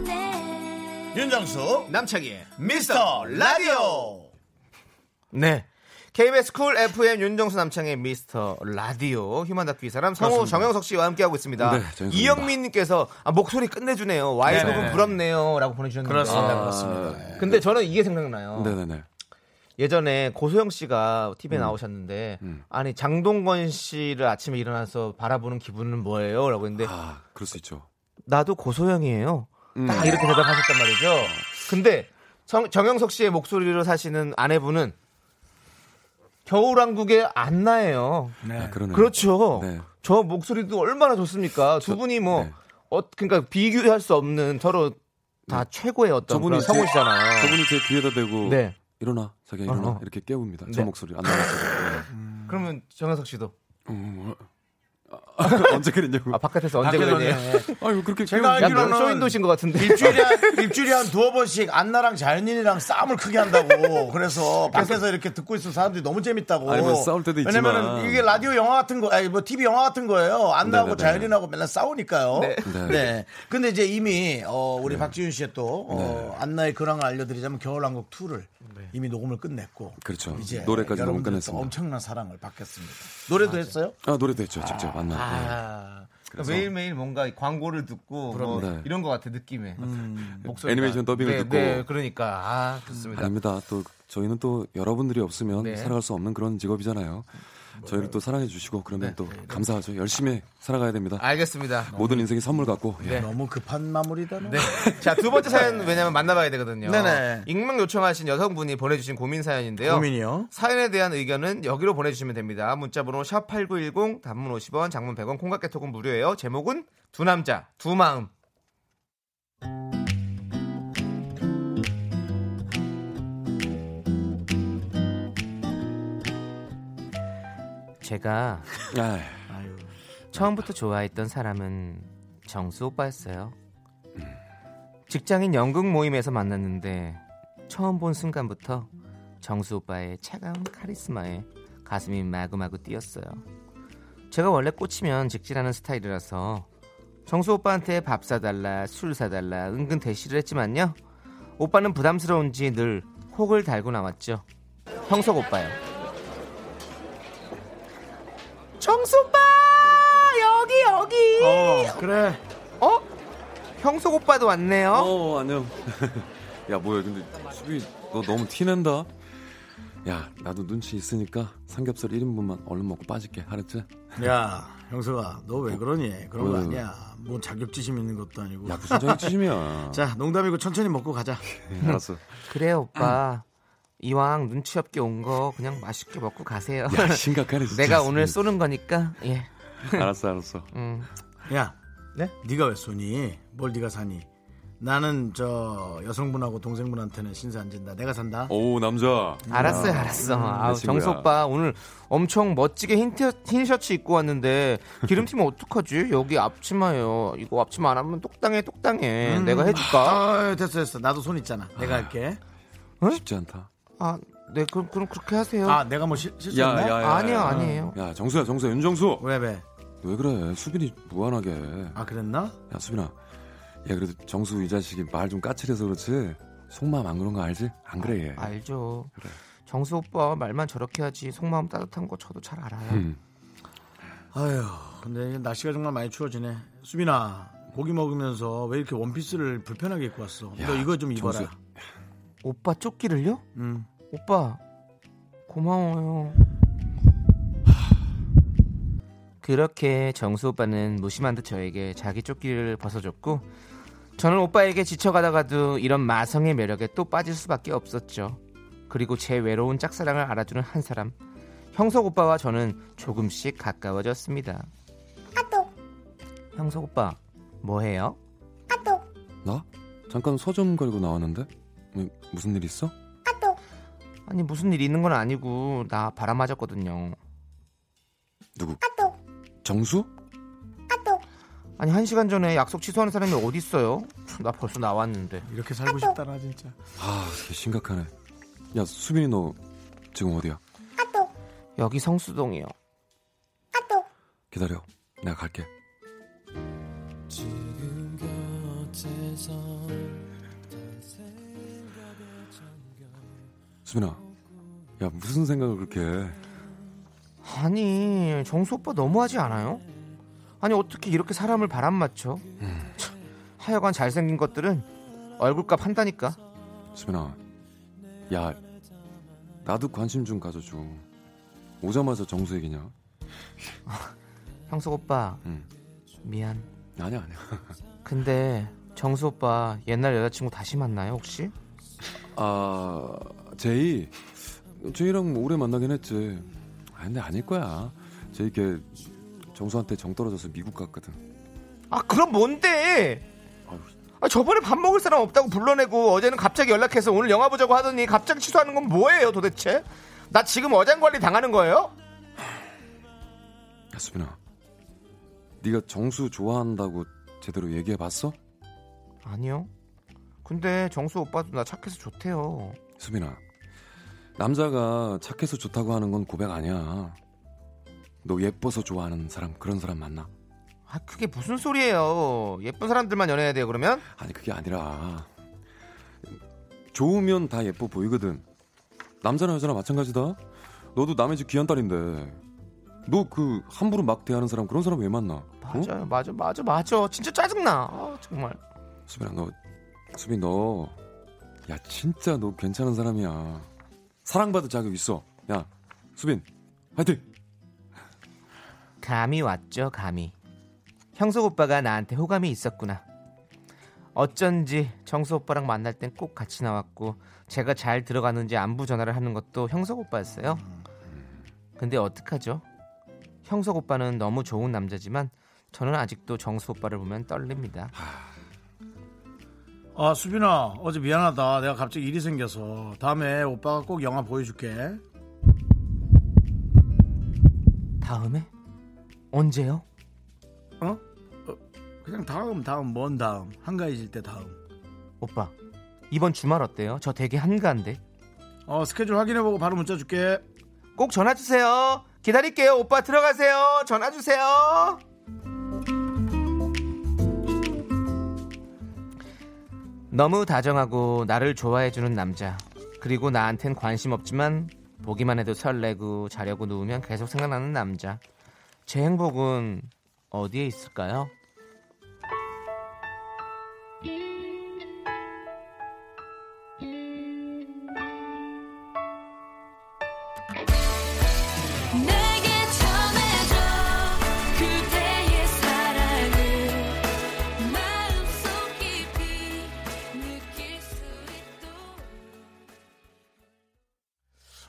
S2: 예.
S11: 윤정수 남창희의 미스터 라디오
S2: 네. KBS 쿨 FM 윤정수 남창의 미스터 라디오 휴먼 다큐 이 사람 성우
S11: 그렇습니다.
S2: 정영석 씨와 함께하고 있습니다.
S11: 네, 저희는
S2: 이영민 님께서 아, 목소리 끝내주네요. 와이 부분
S11: 네네.
S2: 부럽네요. 라고 보내주셨는데.
S11: 그렇습니다,
S2: 아.
S11: 그렇습니다. 네.
S2: 근데 저는 이게 생각나요.
S9: 아. 네네네.
S2: 예전에 고소영 씨가 TV에
S9: 음.
S2: 나오셨는데 아니 장동건 씨를 아침에 일어나서 바라보는 기분은 뭐예요? 라고 했는데
S9: 그럴 수 있죠.
S2: 나도 고소영이에요.
S9: 아. 음. 아.
S2: 딱 이렇게 대답하셨단 말이죠. 근데 정, 정영석 씨의 목소리로 사시는 아내분은 겨울왕국의 안나예요.
S9: 아, 그러네요. 네.
S2: 그렇죠. 저 목소리도 얼마나 좋습니까? 두 분이 뭐 어, 그러니까 비교할 수 없는 서로
S9: 네.
S2: 다 최고의 어떤 그런
S9: 제-
S2: 성우시잖아요.
S9: 저분이 제 귀에다 대고
S2: 네.
S9: 일어나 자기야 일어나
S2: 어, 어.
S9: 이렇게 깨웁니다.
S2: 네.
S9: 저 목소리 안 나왔어요. 네.
S2: 그러면 정현석 씨도
S9: 어, 뭐. 아, 언제 그랬냐고.
S2: 아 바깥에서 언제 그랬냐.
S9: 아유 그렇게
S1: 제가
S2: 약간
S1: 알기로는
S2: 쇼인도신 것 같은데.
S1: 일주일에 한, 일주일에 한 두어 번씩 안나랑 자연인이랑 싸움을 크게 한다고 그래서 밖에서 이렇게 듣고 있으면 사람들이 너무 재밌다고
S9: 아니, 뭐 싸울 때도 있지만.
S1: 왜냐면은 이게 라디오 영화 같은 거 아니 뭐 TV 영화 같은 거예요 안나하고
S9: 네네네.
S1: 자연인하고 맨날 싸우니까요 네,
S9: 네.
S1: 근데 이제 이미 어, 우리 박지윤 씨의 또 어,
S9: 네.
S1: 안나의 근황을 알려드리자면 겨울왕국 2를 이미 녹음을 끝냈고
S9: 그렇죠.
S1: 이제
S9: 노래까지 녹음
S1: 여러분들도
S9: 끝냈습니다.
S1: 엄청난 사랑을 받겠습니다 노래도 했어요?
S9: 아 노래도 했죠 직접 안나. 네.
S2: 아,
S9: 그래서-
S2: 매일매일 뭔가 광고를 듣고 뭐
S9: 부럽네. 네.
S2: 이런 것 같아 느낌에 목소리가.
S9: 애니메이션 더빙을
S2: 네,
S9: 듣고.
S2: 네, 그러니까 아 좋습니다.
S9: 아닙니다. 또 저희는 또 여러분들이 없으면
S2: 네. 뭐
S9: 살아갈 수 없는 그런 직업이잖아요. 저희를 또 사랑해 주시고 그러면
S2: 네.
S9: 또 감사하죠. 열심히 살아가야 됩니다.
S2: 알겠습니다.
S9: 모든 인생이 선물 같고.
S2: 네.
S9: 예.
S1: 너무 급한 마무리다 너.
S2: 자 두 번째 사연 왜냐면 만나봐야 되거든요.
S1: 네네.
S2: 익명 요청하신 여성분이 보내주신 고민
S1: 네.
S2: 사연인데요.
S1: 고민이요?
S2: 사연에 대한 의견은 여기로 보내주시면 됩니다. 문자번호 샵 #8910 단문 50원, 장문 100원, 콩깍개톡은 무료예요. 제목은 두 남자 두 마음. 제가 처음부터 좋아했던 사람은 정수 오빠였어요. 직장인 연극 모임에서 만났는데 처음 본 순간부터 정수 오빠의 차가운 카리스마에 가슴이 마구마구 뛰었어요. 제가 원래 꽂히면 직진하는 스타일이라서 정수 오빠한테 밥 사달라, 술 사달라 은근 대시를 했지만요. 오빠는 부담스러운지 늘 혹을 달고 나왔죠. 형석 오빠요. 정수 오빠 여기 여기. 그래. 어? 형석 오빠도 왔네요.
S9: 어 안녕. 야 뭐야 근데 수비 너 너무 티낸다. 야 나도 눈치 있으니까 삼겹살 1인분만 얼른 먹고 빠질게 알았지?
S1: 야 형석아 너 왜 그러니 그런 거
S2: 어.
S9: 왜?
S1: 아니야 뭐 자격지심 있는 것도 아니고
S9: 야, 무슨 자격지심이야.
S1: 자 농담이고 천천히 먹고 가자
S9: 알았어.
S2: 그래 오빠 이왕 눈치 없게 온 거 그냥 맛있게 먹고 가세요.
S9: 야, 심각하네, 진짜.
S2: 내가 오늘 쏘는 거니까 예.
S9: 알았어 알았어.
S1: 야 네? 네가 왜 쏘니 뭘 네가 사니 나는 저 여성분하고 동생분한테는 신세 안 진다 내가 산다
S2: 어.
S9: 오 남자.
S2: 알았어요,
S9: 야,
S2: 알았어.
S9: 내
S2: 아우,
S9: 음, 친구야.
S2: 정수 오빠 오늘 엄청 멋지게 흰, 티, 흰 셔츠 입고 왔는데 기름튀면 어떡하지? 여기 앞치마요. 이거 앞치마 안 하면 똑당해, 똑당해.
S1: 음.
S2: 내가 해줄까?
S1: 아, 됐어 됐어 나도 손 있잖아 내가 할게
S9: 쉽지 않다
S2: 아, 네 그럼 그럼 그렇게 하세요.
S1: 아 내가 뭐 실- 실수했나
S9: 네, 예,
S2: 아니요, 아니에요.
S9: 야 정수야 정수야 윤정수.
S1: 왜 왜?
S9: 왜 그래 수빈이 무한하게.
S1: 아 그랬나?
S9: 야 수빈아. 야 그래도 정수 이 자식이 말 좀 까칠해서 그렇지. 속마음 안 그런 거 알지? 안 예. 그래
S2: 아,
S9: 얘.
S2: 알죠. 정수 오빠 말만 저렇게 하지 속마음 따뜻한 거 저도 잘 알아요.
S9: 음.
S1: 아휴 근데 이게 날씨가 정말 많이 추워지네 수빈아 고기 먹으면서 왜 이렇게 원피스를 불편하게 입고 왔어 너 이거 좀 입어라
S2: 정수야. 오빠 조끼를요?
S1: 음.
S2: 오빠 고마워요. 그렇게 정수 오빠는 무심한 듯 저에게 자기 조끼를 벗어줬고 저는 오빠에게 지쳐가다가도 이런 마성의 매력에 또 빠질 수밖에 없었죠. 그리고 제 외로운 짝사랑을 알아주는 한 사람 형석 오빠와 저는 조금씩 가까워졌습니다. 아또 형석 오빠 뭐 해요?
S9: 나? 잠깐 서점 걸고 나왔는데 왜, 무슨 일 있어?
S2: 아니 무슨 일 있는 건 아니고 나 바람 맞았거든요.
S9: 누구? 정수?
S2: 아니 한 시간 전에 약속 취소하는 사람이 어디 있어요? 나 벌써 나왔는데.
S1: 이렇게 살고 싶다 나 진짜.
S9: 아 되게 심각하네. 야 수빈이 너 지금 어디야?
S2: 여기 성수동이요.
S9: 기다려. 내가 갈게.
S7: 지금 곁에서
S9: 수빈아, 야 무슨 생각을 그렇게 해?
S2: 아니 정수 오빠 너무하지 않아요? 아니 어떻게 이렇게 사람을 바람 맞춰? 참, 하여간 잘생긴 것들은 얼굴값 한다니까.
S9: 수빈아, 야 나도 관심 좀 가져줘. 오자마자 정수 얘기냐?
S2: 형석 오빠
S9: 응.
S2: 미안.
S9: 아니야 아니야.
S2: 근데 정수 오빠 옛날 여자친구 다시 만나요 혹시?
S9: 아 제이, 제이랑 오래 만나긴 했지. 아, 근데 아닐 거야. 제이 걔 정수한테 정 떨어져서 미국 갔거든.
S2: 아 그럼 뭔데? 아 저번에 밥 먹을 사람 없다고 불러내고 어제는 갑자기 연락해서 오늘 영화 보자고 하더니 갑자기 취소하는 건 뭐예요 도대체? 나 지금 어장 관리 당하는 거예요?
S9: 야 수빈아, 네가 정수 좋아한다고 제대로 얘기해봤어?
S2: 아니요. 근데 정수 오빠도 나 착해서 좋대요.
S9: 수빈아, 남자가 착해서 좋다고 하는 건 고백 아니야. 너 예뻐서 좋아하는 사람 그런 사람 만나.
S2: 아 그게 무슨 소리예요? 예쁜 사람들만 연애해야 돼요 그러면?
S9: 아니 그게 아니라 좋으면 다 예뻐 보이거든. 남자나 여자나 마찬가지다. 너도 남의 집 귀한 딸인데 너 그 함부로 막 대하는 사람 그런 사람 왜 만나? 어?
S2: 맞아요, 맞아, 맞아, 맞아. 진짜 짜증나. 아, 정말.
S9: 수빈아 너 수빈 너 야 진짜 너 괜찮은 사람이야. 사랑받을 자격 있어. 야 수빈 화이팅.
S2: 감이 왔죠, 감이. 형석 오빠가 나한테 호감이 있었구나. 어쩐지 정수 오빠랑 만날 땐 꼭 같이 나왔고 제가 잘 들어가는지 안부 전화를 하는 것도 형석 오빠였어요. 근데 어떡하죠? 형석 오빠는 너무 좋은 남자지만 저는 아직도 정수 오빠를 보면 떨립니다.
S1: 아 수빈아 어제 미안하다 내가 갑자기 일이 생겨서 다음에 오빠가 꼭 영화 보여줄게
S2: 다음에? 언제요?
S1: 어? 어, 그냥 다음 다음 먼 다음 한가해질 때 다음
S2: 오빠 이번 주말 어때요? 저 되게 한가한데.
S1: 어 스케줄 확인해보고 바로 문자 줄게
S2: 꼭 전화 주세요. 기다릴게요. 오빠 들어가세요. 전화 주세요. 너무 다정하고 나를 좋아해주는 남자. 그리고 나한텐 관심 없지만 보기만 해도 설레고 자려고 누우면 계속 생각나는 남자. 제 행복은 어디에 있을까요?
S5: 내게 전해줘 그대의 사랑을 마음속 깊이 느낄 수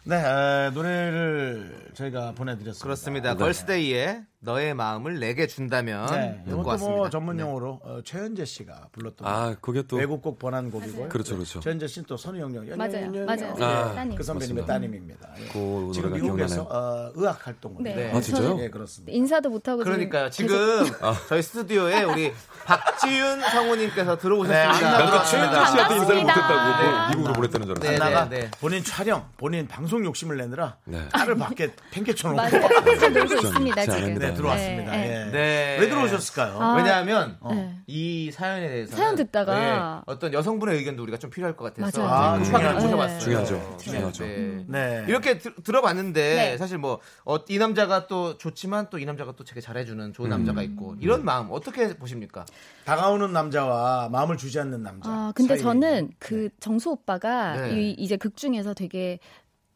S1: 네 에, 노래를 저희가 보내드렸습니다
S2: 그렇습니다.
S1: 네.
S2: 걸스데이에 너의 마음을 내게 준다면
S1: 네,
S2: 듣고
S1: 이것도 뭐
S2: 왔습니다.
S1: 전문 용어로 어, 최현재 씨가 불렀던
S9: 아, 그게 또
S1: 외국곡 번안 곡이고요.
S9: 그렇죠, 그렇죠.
S1: 최현재 씨는 또 선우영 영
S12: 맞아요, 맞아요.
S9: 아,
S1: 그 선배님의
S9: 맞습니다.
S1: 따님입니다. 예.
S9: 그
S1: 지금
S9: 노래가
S1: 미국에서
S9: 기억나네요.
S1: 어, 의학 활동을
S12: 네.
S1: 해요.
S9: 아, 진짜요?
S1: 예, 그렇습니다.
S12: 인사도 못하고 지금
S2: 그러니까요.
S12: 계속-
S2: 지금
S1: 아.
S2: 저희 스튜디오에 우리 박지윤 성우님께서
S1: 네,
S2: 들어오셨습니다.
S1: 안나가 최현진 씨한테 인사를
S9: 못했다고 미국으로 보냈다는 줄 알았어요.
S1: 안나가
S9: 네, 네.
S1: 본인 촬영, 본인 방송 욕심을 내느라
S9: 네.
S1: 딸을 밖에 팽개쳐놓고
S12: 맞아요. 팽개쳐 놀고 있습니다,
S1: 네,
S12: 지금.
S1: 네, 들어왔습니다.
S12: 네,
S1: 예.
S2: 네.
S1: 왜 들어오셨을까요?
S12: 아,
S2: 왜냐하면
S12: 네.
S2: 이 사연에 대해서
S12: 사연 듣다가
S2: 어떤 여성분의 의견도 우리가 좀 필요할 것 같아서
S12: 맞아요.
S1: 아,
S2: 급하게 좀
S1: 중요하죠.
S2: 모셔봤어요.
S1: 중요하죠.
S2: 네.
S1: 중요하죠.
S2: 네.
S1: 네.
S2: 이렇게 들- 들어봤는데
S1: 네.
S2: 사실 뭐 이 남자가 또 좋지만 또 이 남자가 또 되게 잘해주는
S1: 음.
S2: 좋은 남자가 있고 이런 마음 어떻게 보십니까?
S1: 다가오는 남자와 마음을 주지 않는 남자.
S12: 아, 근데
S1: 사이에.
S12: 저는 그 정수 오빠가
S1: 네.
S12: 이, 이제 극 중에서 되게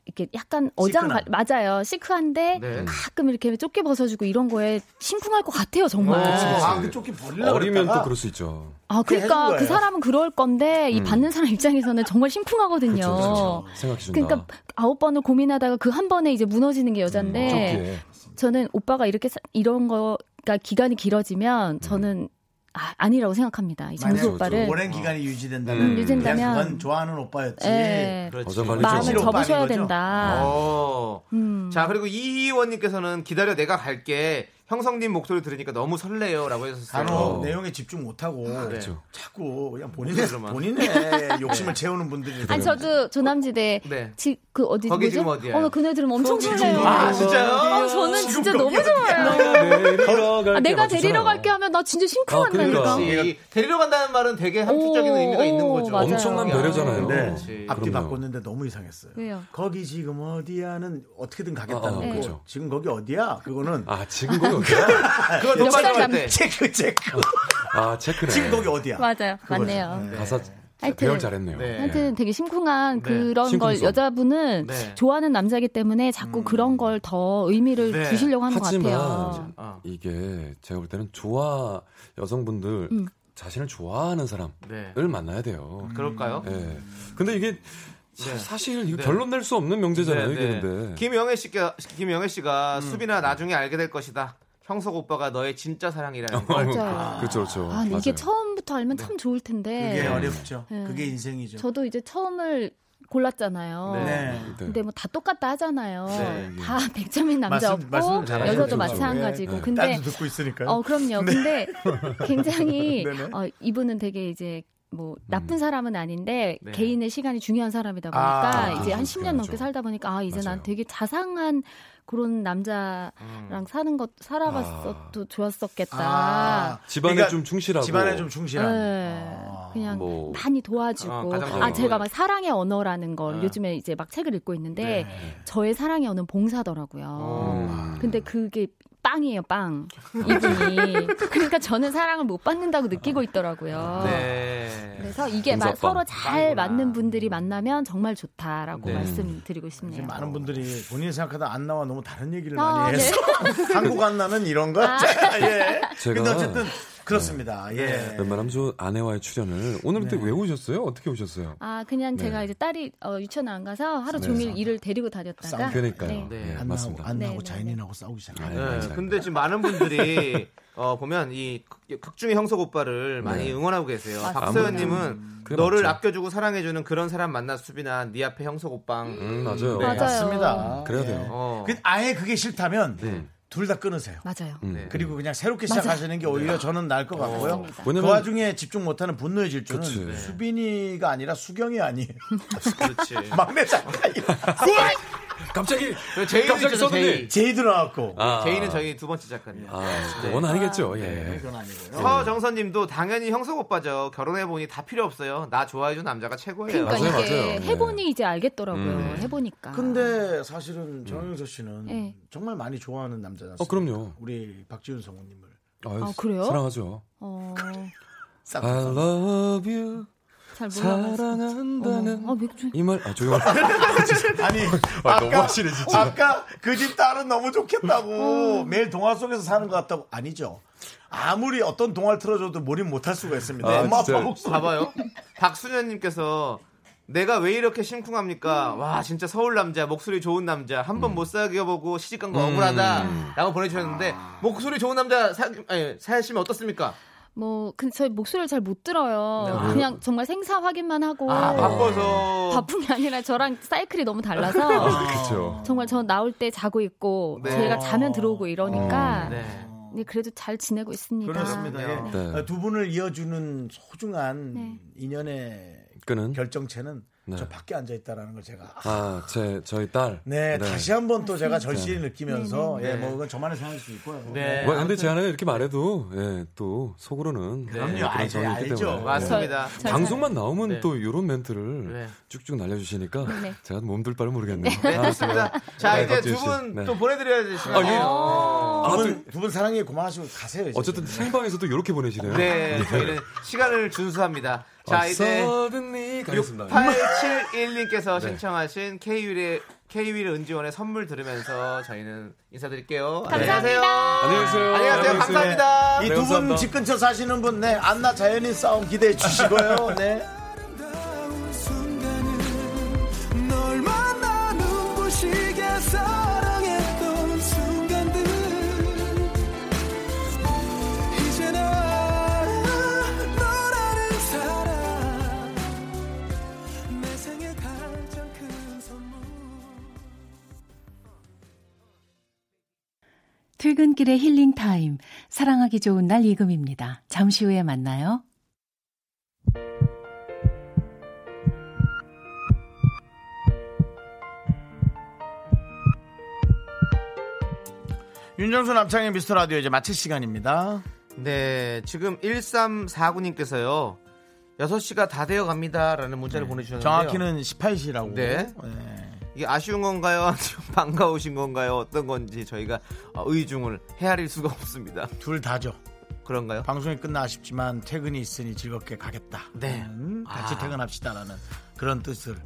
S12: 이렇게 약간 어장
S1: 시크한.
S12: 가- 맞아요 시크한데
S1: 네.
S12: 가끔 이렇게 쫓겨 벗어주고 이런 거에 심쿵할 것 같아요
S2: 어,
S12: 정말.
S1: 아, 그 조끼 벌리려고
S9: 어리면
S1: 그랬다가
S9: 또 그럴 수 있죠.
S12: 아,
S1: 해준
S12: 그러니까
S1: 거예요.
S12: 그 사람은 그럴 건데 이
S9: 음.
S12: 받는 사람 입장에서는 정말 심쿵하거든요.
S9: 그렇죠, 그렇죠. 생각해준다.
S12: 그러니까 아홉 번을 고민하다가 그 한 번에 이제 무너지는 게
S9: 음,
S12: 여잔데
S9: 좋게.
S12: 저는 오빠가 이렇게 사- 이런 거가 그러니까 기간이
S9: 음.
S12: 길어지면 저는 아, 니라고 생각합니다. 이 정수 오빠를
S1: 오랜 기간이 유지된다면,
S12: 음, 유지된다면.
S1: 그냥 그건 좋아하는 오빠였지.
S12: 예. 그렇지.
S2: 어장
S12: 관리죠. 마음을 접으셔야 된다.
S2: 어.
S12: 음.
S2: 자 그리고 이희원님께서는 기다려 내가 갈게 형성님 목소리 들으니까 너무 설레요라고 했었어요.
S1: 간혹 내용에 집중 못하고
S2: 그렇죠.
S1: 자꾸 그냥 본인의
S2: 목소리로만.
S1: 본인의 욕심을
S2: 네.
S1: 채우는 분들이
S12: 아니
S1: 있어요.
S12: 저도 조남지대
S2: 네.
S12: 지, 그 어디
S1: 거기
S12: 뭐죠?
S1: 지금 어디예요?
S12: 어, 그 노래 들으면 엄청
S1: 거기
S12: 설레요.
S1: 지금 어디예요? 아, 진짜요?
S12: 어, 저는
S1: 지금
S12: 진짜
S1: 거기
S12: 너무
S1: 어디야?
S12: 좋아요.
S2: 데리러
S12: 아,
S2: 갈게
S12: 내가
S2: 맞죠,
S12: 데리러
S2: 저는.
S12: 갈게 하면 나
S9: 어,
S12: 진짜 심쿵한다니까.
S2: 그렇지. 데리러 간다는 말은 되게 함축적인
S12: 오,
S2: 의미가 있는
S12: 오,
S2: 거죠. 그러니까.
S12: 맞아요. 엄청난
S1: 배려잖아요. 네.
S2: 그렇지.
S1: 앞뒤
S2: 그럼요.
S1: 바꿨는데 너무 이상했어요.
S12: 왜요?
S1: 거기 지금 어디야는 어떻게든
S9: 아, 아,
S1: 가겠다는 거고
S9: 그렇죠.
S1: 지금 거기 어디야? 그거는
S9: 아 지금 거기 어디야?
S2: 아,
S1: 그거
S12: 역살
S1: 똑바로 할
S12: 남-
S9: 네.
S1: 때 체크 체크.
S9: 아 체크네.
S1: 지금 거기 어디야?
S12: 맞아요. 맞네요.
S9: 가사
S12: 하여튼.
S9: 배열 잘했네요. 네.
S12: 하여튼 되게 심쿵한
S9: 네.
S12: 그런 걸
S9: 심쿵성.
S12: 여자분은
S9: 네.
S12: 좋아하는 남자이기 때문에 자꾸 그런 걸 더 의미를
S9: 네.
S12: 두시려고 하는
S9: 하지만
S12: 것 같아요.
S9: 이게 제가 볼 때는 좋아 여성분들
S12: 음.
S9: 자신을 좋아하는 사람을
S2: 네.
S9: 만나야 돼요.
S2: 그럴까요?
S9: 예. 근데 이게 사-
S2: 음. 네.
S9: 사실 이거
S2: 네.
S9: 결론 낼 수 없는 명제잖아요. 이게 근데.
S2: 김영애 씨가 김영애 씨가 수빈아 나중에 알게 될 것이다. 형석 오빠가 너의 진짜 사랑이라는 걸.
S12: 맞아요.
S9: 그렇죠, 그렇죠.
S12: 아, 근데 이게 처음부터 알면 참 좋을 텐데.
S1: 그게 어렵죠.
S12: 네.
S1: 그게 인생이죠.
S12: 저도 이제 처음을 골랐잖아요.
S1: 네. 네.
S12: 근데 뭐 다 똑같다 하잖아요.
S1: 네.
S12: 다 100점인 남자
S1: 말씀- 말씀
S12: 없고
S1: 잘하셨죠.
S12: 여자도 마찬가지고.
S1: 네.
S12: 근데
S1: 딸도 듣고 있으니까요.
S12: 어 그럼요.
S1: 네.
S12: 근데 굉장히
S1: 네네.
S12: 어, 이분은 되게 이제 뭐 나쁜 사람은 아닌데
S1: 네.
S12: 개인의 시간이 중요한 사람이다 보니까
S1: 아,
S12: 이제 한 10년 넘게
S1: 그렇죠.
S12: 살다 보니까 아 이제 난 되게 자상한 그런 남자랑 사는 것 살아봤어도 좋았었겠다.
S1: 아,
S9: 집안에
S1: 그러니까
S9: 좀 충실하고.
S1: 집안에 좀 충실한.
S12: 네. 그냥
S9: 뭐.
S12: 많이 도와주고
S9: 어, 가장
S12: 아
S9: 좋은
S12: 제가
S9: 거예요.
S12: 막 사랑의 언어라는 걸 요즘에 이제 막 책을 읽고 있는데 저의 사랑의 언어는
S9: 음.
S12: 봉사더라고요. 근데 그게 빵이에요, 빵. 이분이. 그러니까 저는 사랑을 못 받는다고 느끼고 있어요. 있더라고요.
S2: 네.
S12: 그래서 이게 막
S1: 봉사빵.
S12: 서로 잘 맞는 분들이 만나면 정말 좋다라고
S1: 네.
S12: 말씀드리고 싶네요.
S1: 많은 분들이 본인이 생각하다 안 나와 너무 다른 얘기를
S12: 아,
S1: 많이 해서 한국 안 나는 이런 거. 예.
S9: 제가- 네.
S1: 근데 어쨌든 그렇습니다. 예.
S9: 웬만하면 저 아내와의 출연을 오늘 근데 왜 오셨어요? 어떻게 오셨어요?
S12: 아, 그냥
S9: 네.
S12: 제가 이제 딸이 어, 유치원 안 가서 하루
S9: 네.
S12: 종일 일을 데리고 다녔다가
S9: 그러니까요.
S12: 네.
S9: 네, 맞습니다. 아, 예.
S1: 안 나고
S12: 네, 네,
S1: 자연인하고 싸우기 시작해요.
S2: 네, 근데 지금 많은 분들이 어, 보면 이 극- 극중의 형석 오빠를 많이
S9: 네.
S2: 응원하고 계세요.
S9: 맞습니다.
S2: 박서연님은
S9: 아무래도. 그게
S2: 너를
S9: 맞죠.
S2: 아껴주고 사랑해주는 그런 사람 만나 수빈아 네 앞에 형석 어, 오빠.
S9: 음, 맞아요.
S1: 맞습니다.
S9: 그래야 돼요.
S1: 그 아예 그게 싫다면
S9: 네.
S1: 둘 다 끊으세요.
S12: 맞아요.
S9: 음.
S1: 그리고 그냥 새롭게
S9: 맞아요. 어.
S1: 시작하시는 게 오히려 저는 나을 것 같고요.
S9: 맞습니다.
S1: 그
S9: 왜냐면-
S1: 와중에 집중 못하는 분노의 질주는
S9: 그치. 네.
S1: 수빈이가 아니라 수경이 아니에요.
S2: 그렇지.
S9: 네.
S1: 막내 작가이.
S9: 갑자기
S2: 그 제이는 갑자기 있죠, 썼는데. 제이.
S1: 제이 들어왔고.
S9: 아.
S2: 제이는 저희 두 번째 작가님.
S9: 아, 그건 아니겠죠.
S1: 네,
S9: 예.
S2: 서정선님도 당연히 형석 오빠죠. 결혼해 보니 다 필요 없어요. 나 좋아해준 남자가 최고예요.
S12: 그러니까 이게 해보니 이제 알겠더라고요. 해보니까.
S1: 근데 사실은 정영석 씨는
S12: 네.
S1: 정말 많이 좋아하는 남자잖아요.
S9: 음. 어, 그럼요.
S1: 우리 박지훈 성우님을.
S9: 아유,
S12: 아, 그래요?
S9: 사랑하죠.
S12: 어,
S9: I love you.
S12: 잘 아, 몰라가지고.
S9: 사랑한다는
S12: 어머, 아, 맥주.
S9: 이말 아, 조용.
S1: 아니
S9: 아,
S1: 아까
S9: 너무 하시네, 진짜.
S1: 아까 그 집 딸은 너무 좋겠다고 매일 동화 속에서 사는 것 같다고 아니죠. 아무리 어떤 동화를 틀어줘도 몰입 못할 수가 있습니다.
S2: 아,
S1: 엄마
S2: 진짜.
S1: 아빠 목소리.
S2: 봐봐요. 박수현님께서 내가 왜 이렇게 심쿵합니까? 와 진짜 서울 남자 목소리 좋은 남자 한 번 못 사귀어보고 시집간 거
S9: 음. 아.
S2: 억울하다라고 보내주셨는데 목소리 좋은 남자 사, 아니, 사시면 어떻습니까?
S12: 뭐, 근데 저희 목소리를 잘 못 들어요.
S2: 네.
S12: 그냥 정말 생사 확인만 하고.
S2: 아 바빠서
S12: 바쁜 게 아니라 저랑 사이클이 너무
S2: 아,
S12: 달라서.
S9: 그렇죠.
S12: 정말 저 나올 때 자고 있고,
S1: 어. 네.
S12: 저희가 자면 들어오고 이러니까.
S1: 음.
S12: 네, 그래도 잘 지내고 있습니다.
S1: 그렇습니다. 예.
S9: 네.
S1: 아, 두 분을 이어주는 소중한
S12: 네.
S1: 인연의
S9: 끈은?
S1: 결정체는
S9: 음? 네.
S1: 저 밖에 앉아 있다라는 걸 제가
S9: 아, 제 저희 딸.
S1: 네, 다시 한번 또 제가 절실히
S9: 네.
S1: 느끼면서
S9: 네, 네, 네.
S1: 예, 뭐 그건 저만의 생각일 수 있고요.
S9: 네. 뭐, 근데 제 아내가 이렇게 말해도 예, 또 속으로는 예,
S1: 그럼요.
S9: 그런
S1: 알죠,
S9: 정이 있기
S1: 알죠.
S9: 때문에. 예.
S2: 맞습니다. 저- 저-
S9: 방송만 나오면
S2: 네.
S9: 또 이런 멘트를
S2: 네.
S9: 쭉쭉 날려주시니까
S2: 네.
S9: 제가 몸둘 바를 아, 모르겠네요.
S2: 네, 좋습니다. 자, 이제
S9: 박지혜
S2: 두
S9: 씨.
S2: 분
S9: 네.
S2: 또 보내드려야 될 시간.
S9: 아, 예. 아,
S1: 두 분 사랑해 고만하시고 가세요. 이제.
S9: 어쨌든 생방에서도 이렇게 보내시네요.
S2: 네, 저희는 시간을 준수합니다. 자,
S9: 아,
S2: 이제
S9: suddenly 가겠습니다.
S2: 6871님께서
S9: 네.
S2: 신청하신 K윌의 K윌 은지원의 선물 들으면서 저희는 인사드릴게요.
S1: 감사합니다.
S2: 안녕하세요.
S9: 안녕히 계세요.
S2: 안녕하세요.
S9: 안녕히 계세요.
S2: 감사합니다.
S9: 네,
S1: 이 두 분 집 근처 사시는 분, 네, 안나 자연인 싸움 기대해 주시고요. 네.
S4: 널 만나 눈부시게 사랑했던 순간들 이제 나널 아는 사람 내 생에 가장 큰 선물
S13: 퇴근길의 힐링 타임. 사랑하기 좋은 날 이금입니다. 잠시 후에 만나요.
S1: 윤정수 남창의 미스터 라디오 이제 마칠 시간입니다.
S2: 네, 지금 1349님께서요. 6시가 다 되어 갑니다라는 문자를 보내주셨는데
S1: 정확히는 18시라고. 예.
S2: 네. 이게 아쉬운 건가요? 아니면 반가우신 건가요? 어떤 건지 저희가 어, 의중을 헤아릴 수가 없습니다.
S1: 둘 다죠.
S2: 그런가요?
S1: 방송이 끝나 아쉽지만 퇴근이 있으니 즐겁게 가겠다.
S2: 네.
S1: 음, 같이
S2: 아.
S1: 퇴근합시다라는 그런 뜻을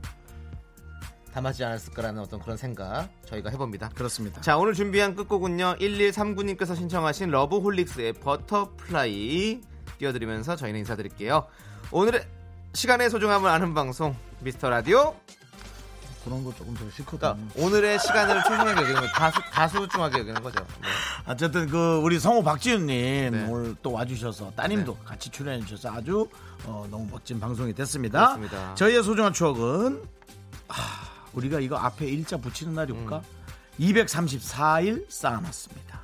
S2: 담아지 않았을까라는 어떤 그런 생각 저희가 해봅니다.
S1: 그렇습니다.
S2: 자, 오늘 준비한 끝곡은요. 1139님께서 신청하신 러브홀릭스의 버터플라이 띄워드리면서 저희는 인사드릴게요. 오늘의 시간의 소중함을 아는 방송 미스터 라디오
S1: 그런 거 조금 더 싫거든.
S2: 그러니까 오늘의 시간을 소중하게 여기는 거예요. 다수, 다수중하게 여기는 거죠. 네.
S1: 어쨌든 그 우리 성우 박지윤님 오늘 또 와주셔서 따님도 같이 출연해 주셔서 아주 어, 너무 멋진 방송이 됐습니다.
S2: 그렇습니다.
S1: 저희의 소중한 추억은 아, 음. 하, 우리가 이거 앞에 일자 붙이는 날이 올까? 234일 쌓아놨습니다.